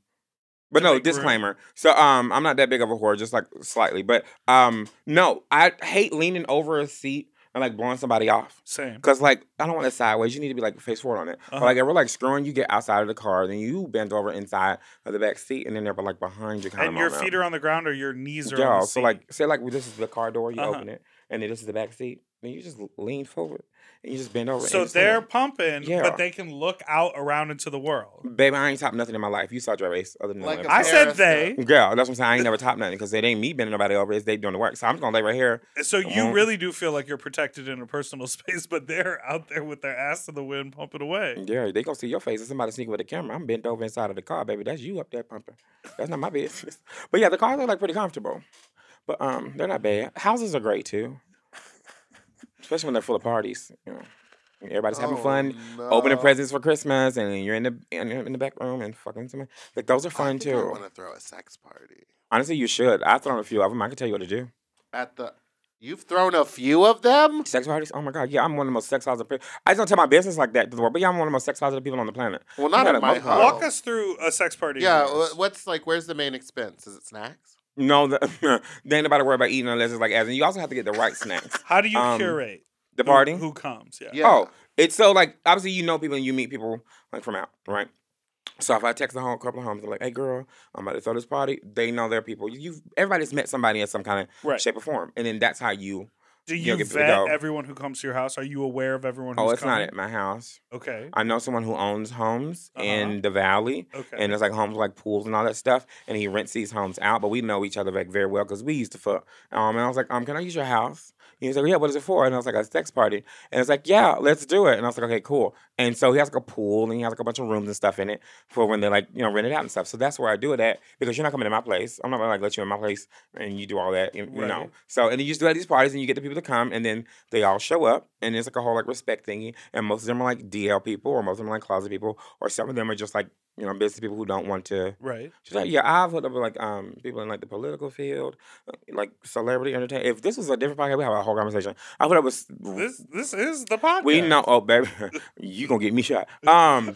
But To no, make room. disclaimer. So um, I'm not that big of a whore, just like slightly. But um, no, I hate leaning over a seat and like blowing somebody off. Same. Cause like I don't want it sideways. You need to be like face forward on it. But Uh-huh. like if we're like screwing, you get outside of the car, then you bend over inside of the back seat, and then they're like behind you. Kind And your feet are on the ground or your knees are yeah. on the so seat. like say like this is the car door, you Uh-huh. open it, and then this is the back seat. Then you just lean forward and you just bend over. and So just lean. they're pumping, Yeah. but they can look out around into the world. baby. I ain't top nothing in my life. You saw Dre Race other than Like like a I said Sarah they. girl. That's what I'm saying. I ain't never top nothing because it ain't me bending nobody over. It's they doing the work. So I'm just gonna lay right here. So you Mhm. really do feel like you're protected in a personal space, but they're out there with their ass to the wind pumping away. Yeah, they gonna see your face. If somebody sneaking with a camera, I'm bent over inside of the car, baby. That's you up there pumping. That's not my business. But yeah, the cars are like pretty comfortable. But um, they're not bad. Houses are great too, especially when they're full of parties. You know, And everybody's having Oh, fun, no. opening presents for Christmas, and you're in the in, in the back room and fucking somebody. Like those are I fun think I too. want to throw a sex party Honestly, you should. I've thrown a few of them. I can tell you what to do. at the. You've thrown a few of them. Sex parties? Oh my god, yeah, I'm one of the most sex positive people. I just don't tell my business like that to the world, but yeah, I'm one of the most sex positive people on the planet. Well, not got at a my mother- house. Walk us through a sex party. of Yeah, yours. wh- what's like? Where's the main expense? Is it snacks? No, the, they ain't nobody worry about eating unless it's like as. And you also have to get the right snacks. How do you um, curate The who- party. Who, comes? Yeah. Yeah. Oh, it's so like obviously you know people and you meet people like from out, right? So if I text a whole couple of homes, I'm like, "Hey, girl, I'm about to throw this party." They know their people. You've everybody's met somebody in some kind of Right. shape or form, and then that's how you. Do you you get to vet go. everyone who comes to your house? Are you aware of everyone who's Oh, it's not coming? at my house. Okay. I know someone who owns homes Uh-huh. in the valley, Okay. and it's like homes like pools and all that stuff. And he rents these homes out, but we know each other like very well because we used to fuck. Um, and I was like, um, can I use your house? And he was like, yeah, what is it for? And I was like, a sex party. And it's like, yeah, let's do it. And I was like, okay, cool. And so he has like a pool and he has like a bunch of rooms and stuff in it for when they like you know rent it out and stuff. So that's where I do it at because you're not coming to my place. I'm not gonna like let you in my place and you do all that, you, you know. Right. So and then you just do at these parties and you get the people to come, and then they all show up, and it's like a whole like respect thingy. And most of them are like DL people, or most of them are like closet people, or some of them are just like you know business people who don't want to. Right. She's like, yeah, I've hooked up with like um people in like the political field, like celebrity entertainment. If this was a different podcast, we have a whole conversation. I hooked up with This this is the podcast. we know, oh baby, you gonna get me shot. Um,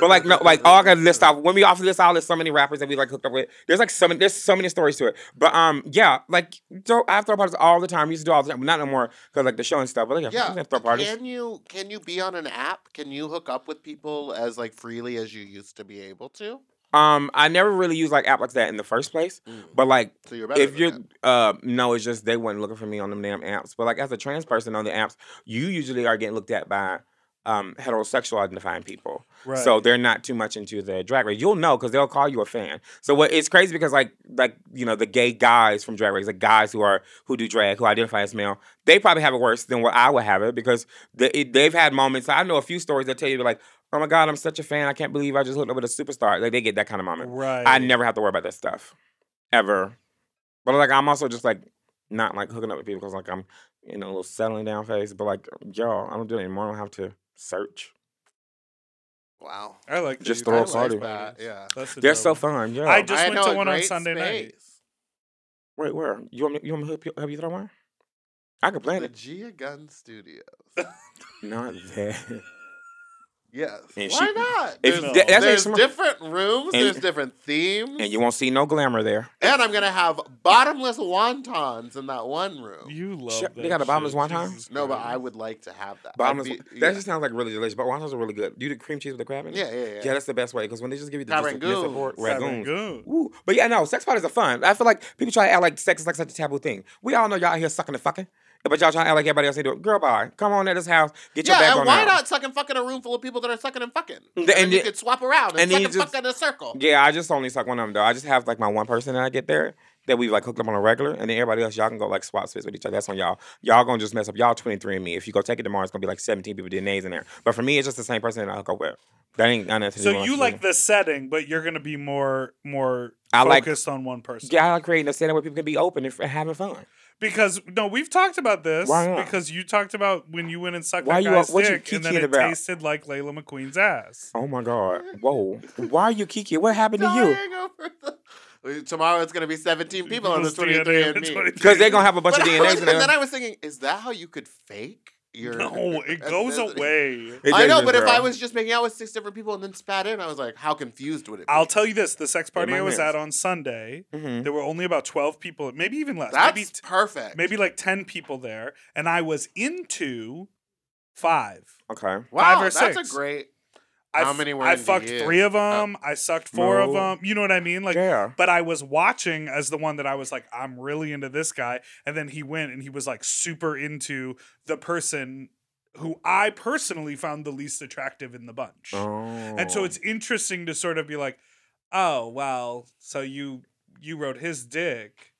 but like no, like all I gotta list off when we off list all there's so many rappers that we like hooked up with. There's like so many, there's so many stories to it. But um, yeah, like so I have throw parties all the time. We used to do all the time, not no more because like the show and stuff. But like yeah, Yeah. we have throw parties. Can you can you be on an app? Can you hook up with people as like freely as you used to be able to? Hmm. Um, I never really used like app like that in the first place. But like So you're better. if than you're that. uh no it's just they weren't looking for me on them damn apps but like as a trans person on the apps you usually are getting looked at by um heterosexual identifying people Right. so they're not too much into the drag race you'll know because they'll call you a fan so what it's crazy because like like you know the gay guys from drag race the guys who are who do drag who identify as male they probably have it worse than what i would have it because the, it, they've had moments i know a few stories that tell you like oh my god i'm such a fan i can't believe i just hooked up with a superstar like they get that kind of moment right. I never have to worry about that stuff ever. But like, I'm also just like not like hooking up with people because like I'm in a little settling down phase. But like, y'all, I don't do it anymore. I don't have to search. wow. I like Just these. throw I a like party. that, Yeah. That's a They're dope so one. fun. Yeah. I just I went know to a one on great Sunday night. space. wait, where you want me? You want me to help you, help you throw one? I can plan The it. Gia Gun Studios. Not that. Yes. And Why she- not? If There's, No. that- that's like there's some- different rooms. And- there's different themes. and you won't see no glamour there. And I'm gonna have bottomless wontons in that one room. You love Shut- they that got a bottomless shit. wonton? Jesus no, but Christ. I would like to have that. I'd Bottomless. be- that just sounds like really delicious. But wontons are really good. Do you do cream cheese with the crab in it? yeah, yeah, yeah. Yeah, that's the best way because when they just give you the Ragoons. support, ragoons. Ragoon. Ooh, but yeah, no, sex parties are fun. I feel like people try to act like sex is like such a taboo thing. We all know y'all out here sucking and fucking, but y'all trying to act like everybody else ain't doing. it. Girl, bye. Come on at this house, get your Yeah, back and on why out. not suck and fuck in a room full of people that are sucking and fucking? And, And then- you could swap around and, and then suck you and just- fuck in a circle. Yeah, I just only suck one of them though. I just have like my one person that I get there that we like hooked up on a regular, and then everybody else y'all can go like swap space with each other. That's on y'all. Y'all gonna just mess up. Y'all twenty three and me. If you go take it tomorrow, it's gonna be like seventeen people DNA's in there. But for me, it's just the same person that I hook up with. That ain't got nothing. to do So with you me. like the setting, but you're gonna be more more I like- focused on one person. Yeah, I like creating a setting where people can be open and f- having fun. Because no, we've talked about this. Why not? Because you talked about when you went and sucked Why that you- guy's what you dick, and then kikiing it about? tasted like Layla McQueen's ass. Oh my god! Mm-hmm. Whoa! Why are you kiki? What happened to you? Dying over the- Tomorrow it's gonna be 17 people on the People's 23 DNA and me. and Because they're gonna have a bunch But of I DNAs was- in and then there. I was thinking, is that how you could fake your? No, it goes ethnicity? away. It I know, doesn't, but if girl. I was just making out with six different people and then spat in, I was like, how confused would it be? I'll tell you this: the sex party my I was man. at on Sunday, Mhm. there were only about twelve people, maybe even less, That's maybe t- perfect. maybe like ten people there, and I was into five. okay, wow, five or that's six. a great. I How f- many were I into fucked you? Uh, three of them. I sucked four of No. them. You know what I mean? Like, Yeah. but I was watching as the one that I was like, I'm really into this guy, and then he went and he was like super into the person who I personally found the least attractive in the bunch. And Oh. so it's interesting to sort of be like, oh well, so you you rode his dick,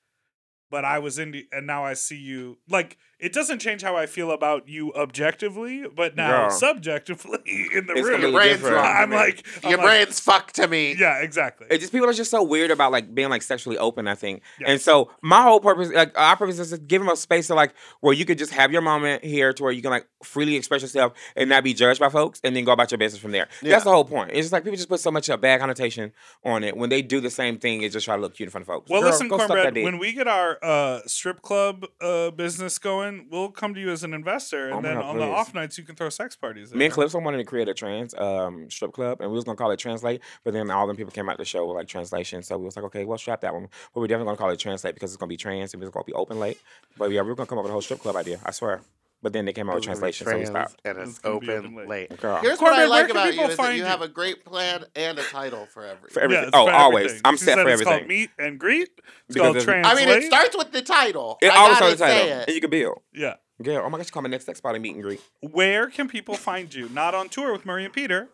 but I was into, and now I see you. Like it doesn't change how I feel about you objectively, but now Yeah. subjectively in the It's room, completely brain's different. wrong. I'm man. like, I'm Your like, brain's fucked to me. yeah, exactly. It just people are just so weird about like being like sexually open. I think, Yeah. and so my whole purpose, like our purpose, is to give them a space to like where you could just have your moment here, to where you can like freely express yourself and not be judged by folks, and then go about your business from there. Yeah. That's the whole point. It's just like people just put so much a bad connotation on it when they do the same thing. It just try to look cute in front of folks. well, Girl, listen, go suck that Cornbread, dick. when we get our uh, strip club uh, business going, we'll come to you as an investor, and Oh my then God, on the please. off nights, you can throw sex parties. Me there. and Calypso wanted to create a trans um, strip club, and we was gonna call it Translate, but then all them people came out the show with like translation, so we was like, okay, well, strap that one. But we're definitely gonna call it Translate because it's gonna be trans and it's gonna be open late. But yeah, we were gonna come up with a whole strip club idea, I swear. But then they came out with translation, so we stopped. And It's it's gonna be open open late. late. Girl. Here's what I Corbin, where like can about people you is that find you you? have a great plan and a title for everything. For everything. Yeah, it's oh, for always. everything. I'm She said set for it's everything. called meet and greet. It's Because called it's- I I translate. mean, it starts with the title. It I always gotta on the title, say it. and you can build. yeah. Girl, oh my gosh, you call my next sex party meet and greet. Where can people find you? Not on tour with Murray and Peter.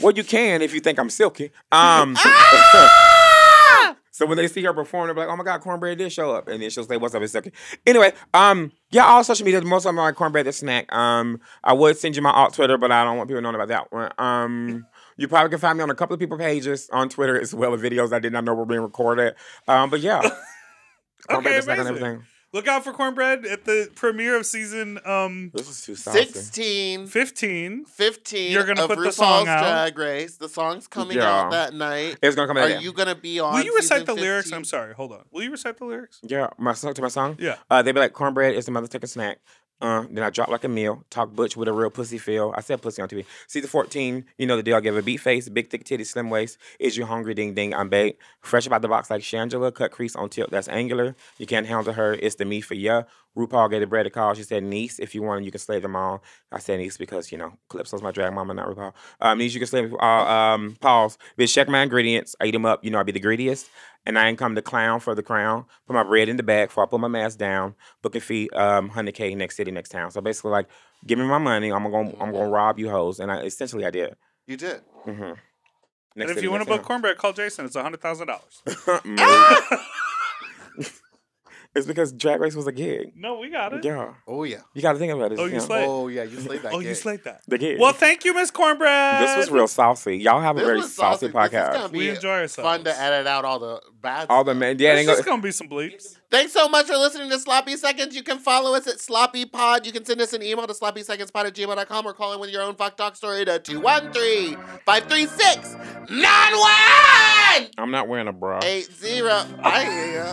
Well, you can if you think I'm silky. Um. so when they see her perform, they're like, "Oh my God, Cornbread did show up," and then she'll say, "What's up, it's silky." Anyway, um, yeah, all social media. Most of them are like Cornbread the snack. Um, I would send you my alt Twitter, but I don't want people knowing about that one. Um. You probably can find me on a couple of people pages on Twitter as well as videos I did not know were being recorded. Um, but yeah, Cornbread Okay, the snack and amazing. everything. Look out for cornbread at the premiere of season um This is too saucy. 16, 15. 15 You're gonna of put RuPaul's the song out. Drag Race. The song's coming Yeah. out that night. It's gonna come out. Are you gonna be on? Will you recite season the lyrics? 15? I'm sorry. Hold on. Will you recite the lyrics? Yeah, my song to my song. Yeah. Uh, they be like, cornbread is the mother taking snack. Uh, then I drop like a meal. Talk butch with a real pussy feel. I said pussy on TV. Season 14, you know the deal. I give a beat face, big thick titty, slim waist. Is you hungry? Ding ding, I'm bait. Fresh up out the box like Shangela. Cut crease on tilt, that's angular. You can't handle her. It's the me for ya. RuPaul gave the bread a call. She said, niece, if you want, you can slay them all. I said niece because, you know, Calypso's my drag mama, not RuPaul. Um, niece, you can slay them all. Um, pause. Bitch, check my ingredients. I eat them up. You know I be the greediest. And I ain't come to clown for the crown. Put my bread in the bag before I put my mask down. Booking fee, um, hundred k next city, next town. So basically, like, give me my money. I'm gonna, I'm gonna rob you hoes. And I essentially, I did. You did. Mm-hmm. Next and if you want to book cornbread, call Jason. It's hundred thousand dollars. corn, it's because Drag Race was a gig. No, we got it. Yeah, Oh yeah. you got to think about it. Oh, It's, you know, slayed. Play. Oh yeah. You slayed that. oh, you gig. slayed that. The gig. Well, thank you, Miss Cornbread. this was real saucy. Y'all have a This very was saucy, saucy. This is podcast. gonna be We enjoy ourselves. Fun to edit out all the bad. All the stuff. man, yeah, it There's ain't just go- gonna be some bleeps. Thanks so much for listening to Sloppy Seconds. You can follow us at Sloppy Pod. You can send us an email to sloppysecondspod at gmail.com or call in with your own fuck talk story to 213 536 9180. I'm not wearing a bra. I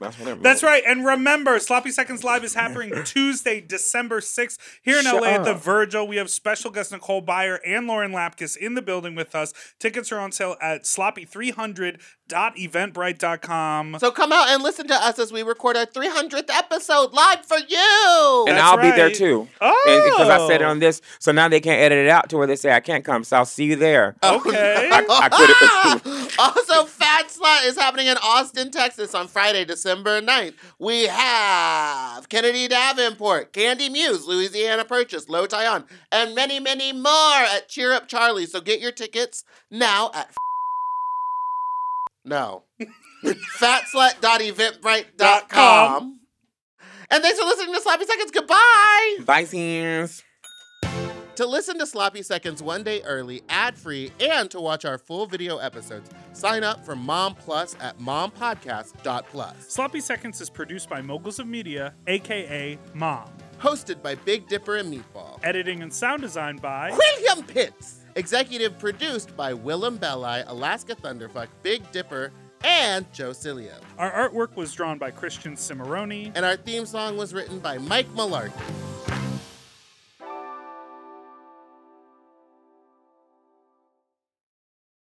That's what it That's means. right. And remember, Sloppy Seconds Live is happening Tuesday, December 6th here in Shut LA at the up. Virgil. We have special guest Nicole Byer and Lauren Lapkus in the building with us. Tickets are on sale at sloppy300.eventbrite.com. So come out and listen to us as we record our 300th episode live for you. And That's I'll be there right. too. Oh, Because I said it on this, so now they can't edit it out to where they say I can't come. So I'll see you there. Oh. Okay. I, Oh, I could. also, Fat Slot is happening in Austin, Texas on Friday, December 9th. We have Kennedy Davenport, Candy Muse, Louisiana Purchase, Low Tyon, and many, many more at Cheer Up Charlie. So get your tickets now at no. fatslut.eventbrite.com. And thanks for listening to Sloppy Seconds. Goodbye. Bye, scenes. To listen to Sloppy Seconds one day early, ad free, and to watch our full video episodes, sign up for Mom Plus at mompodcast.plus. Sloppy Seconds is produced by Moguls of Media, aka Mom. Hosted by Big Dipper and Meatball. Editing and sound design by William Pitts! Executive produced by Willem Belli, Alaska Thunderfuck, Big Dipper, and Joe Cilio. Our artwork was drawn by Christian Cimarroni. And our theme song was written by Mike Malarkey.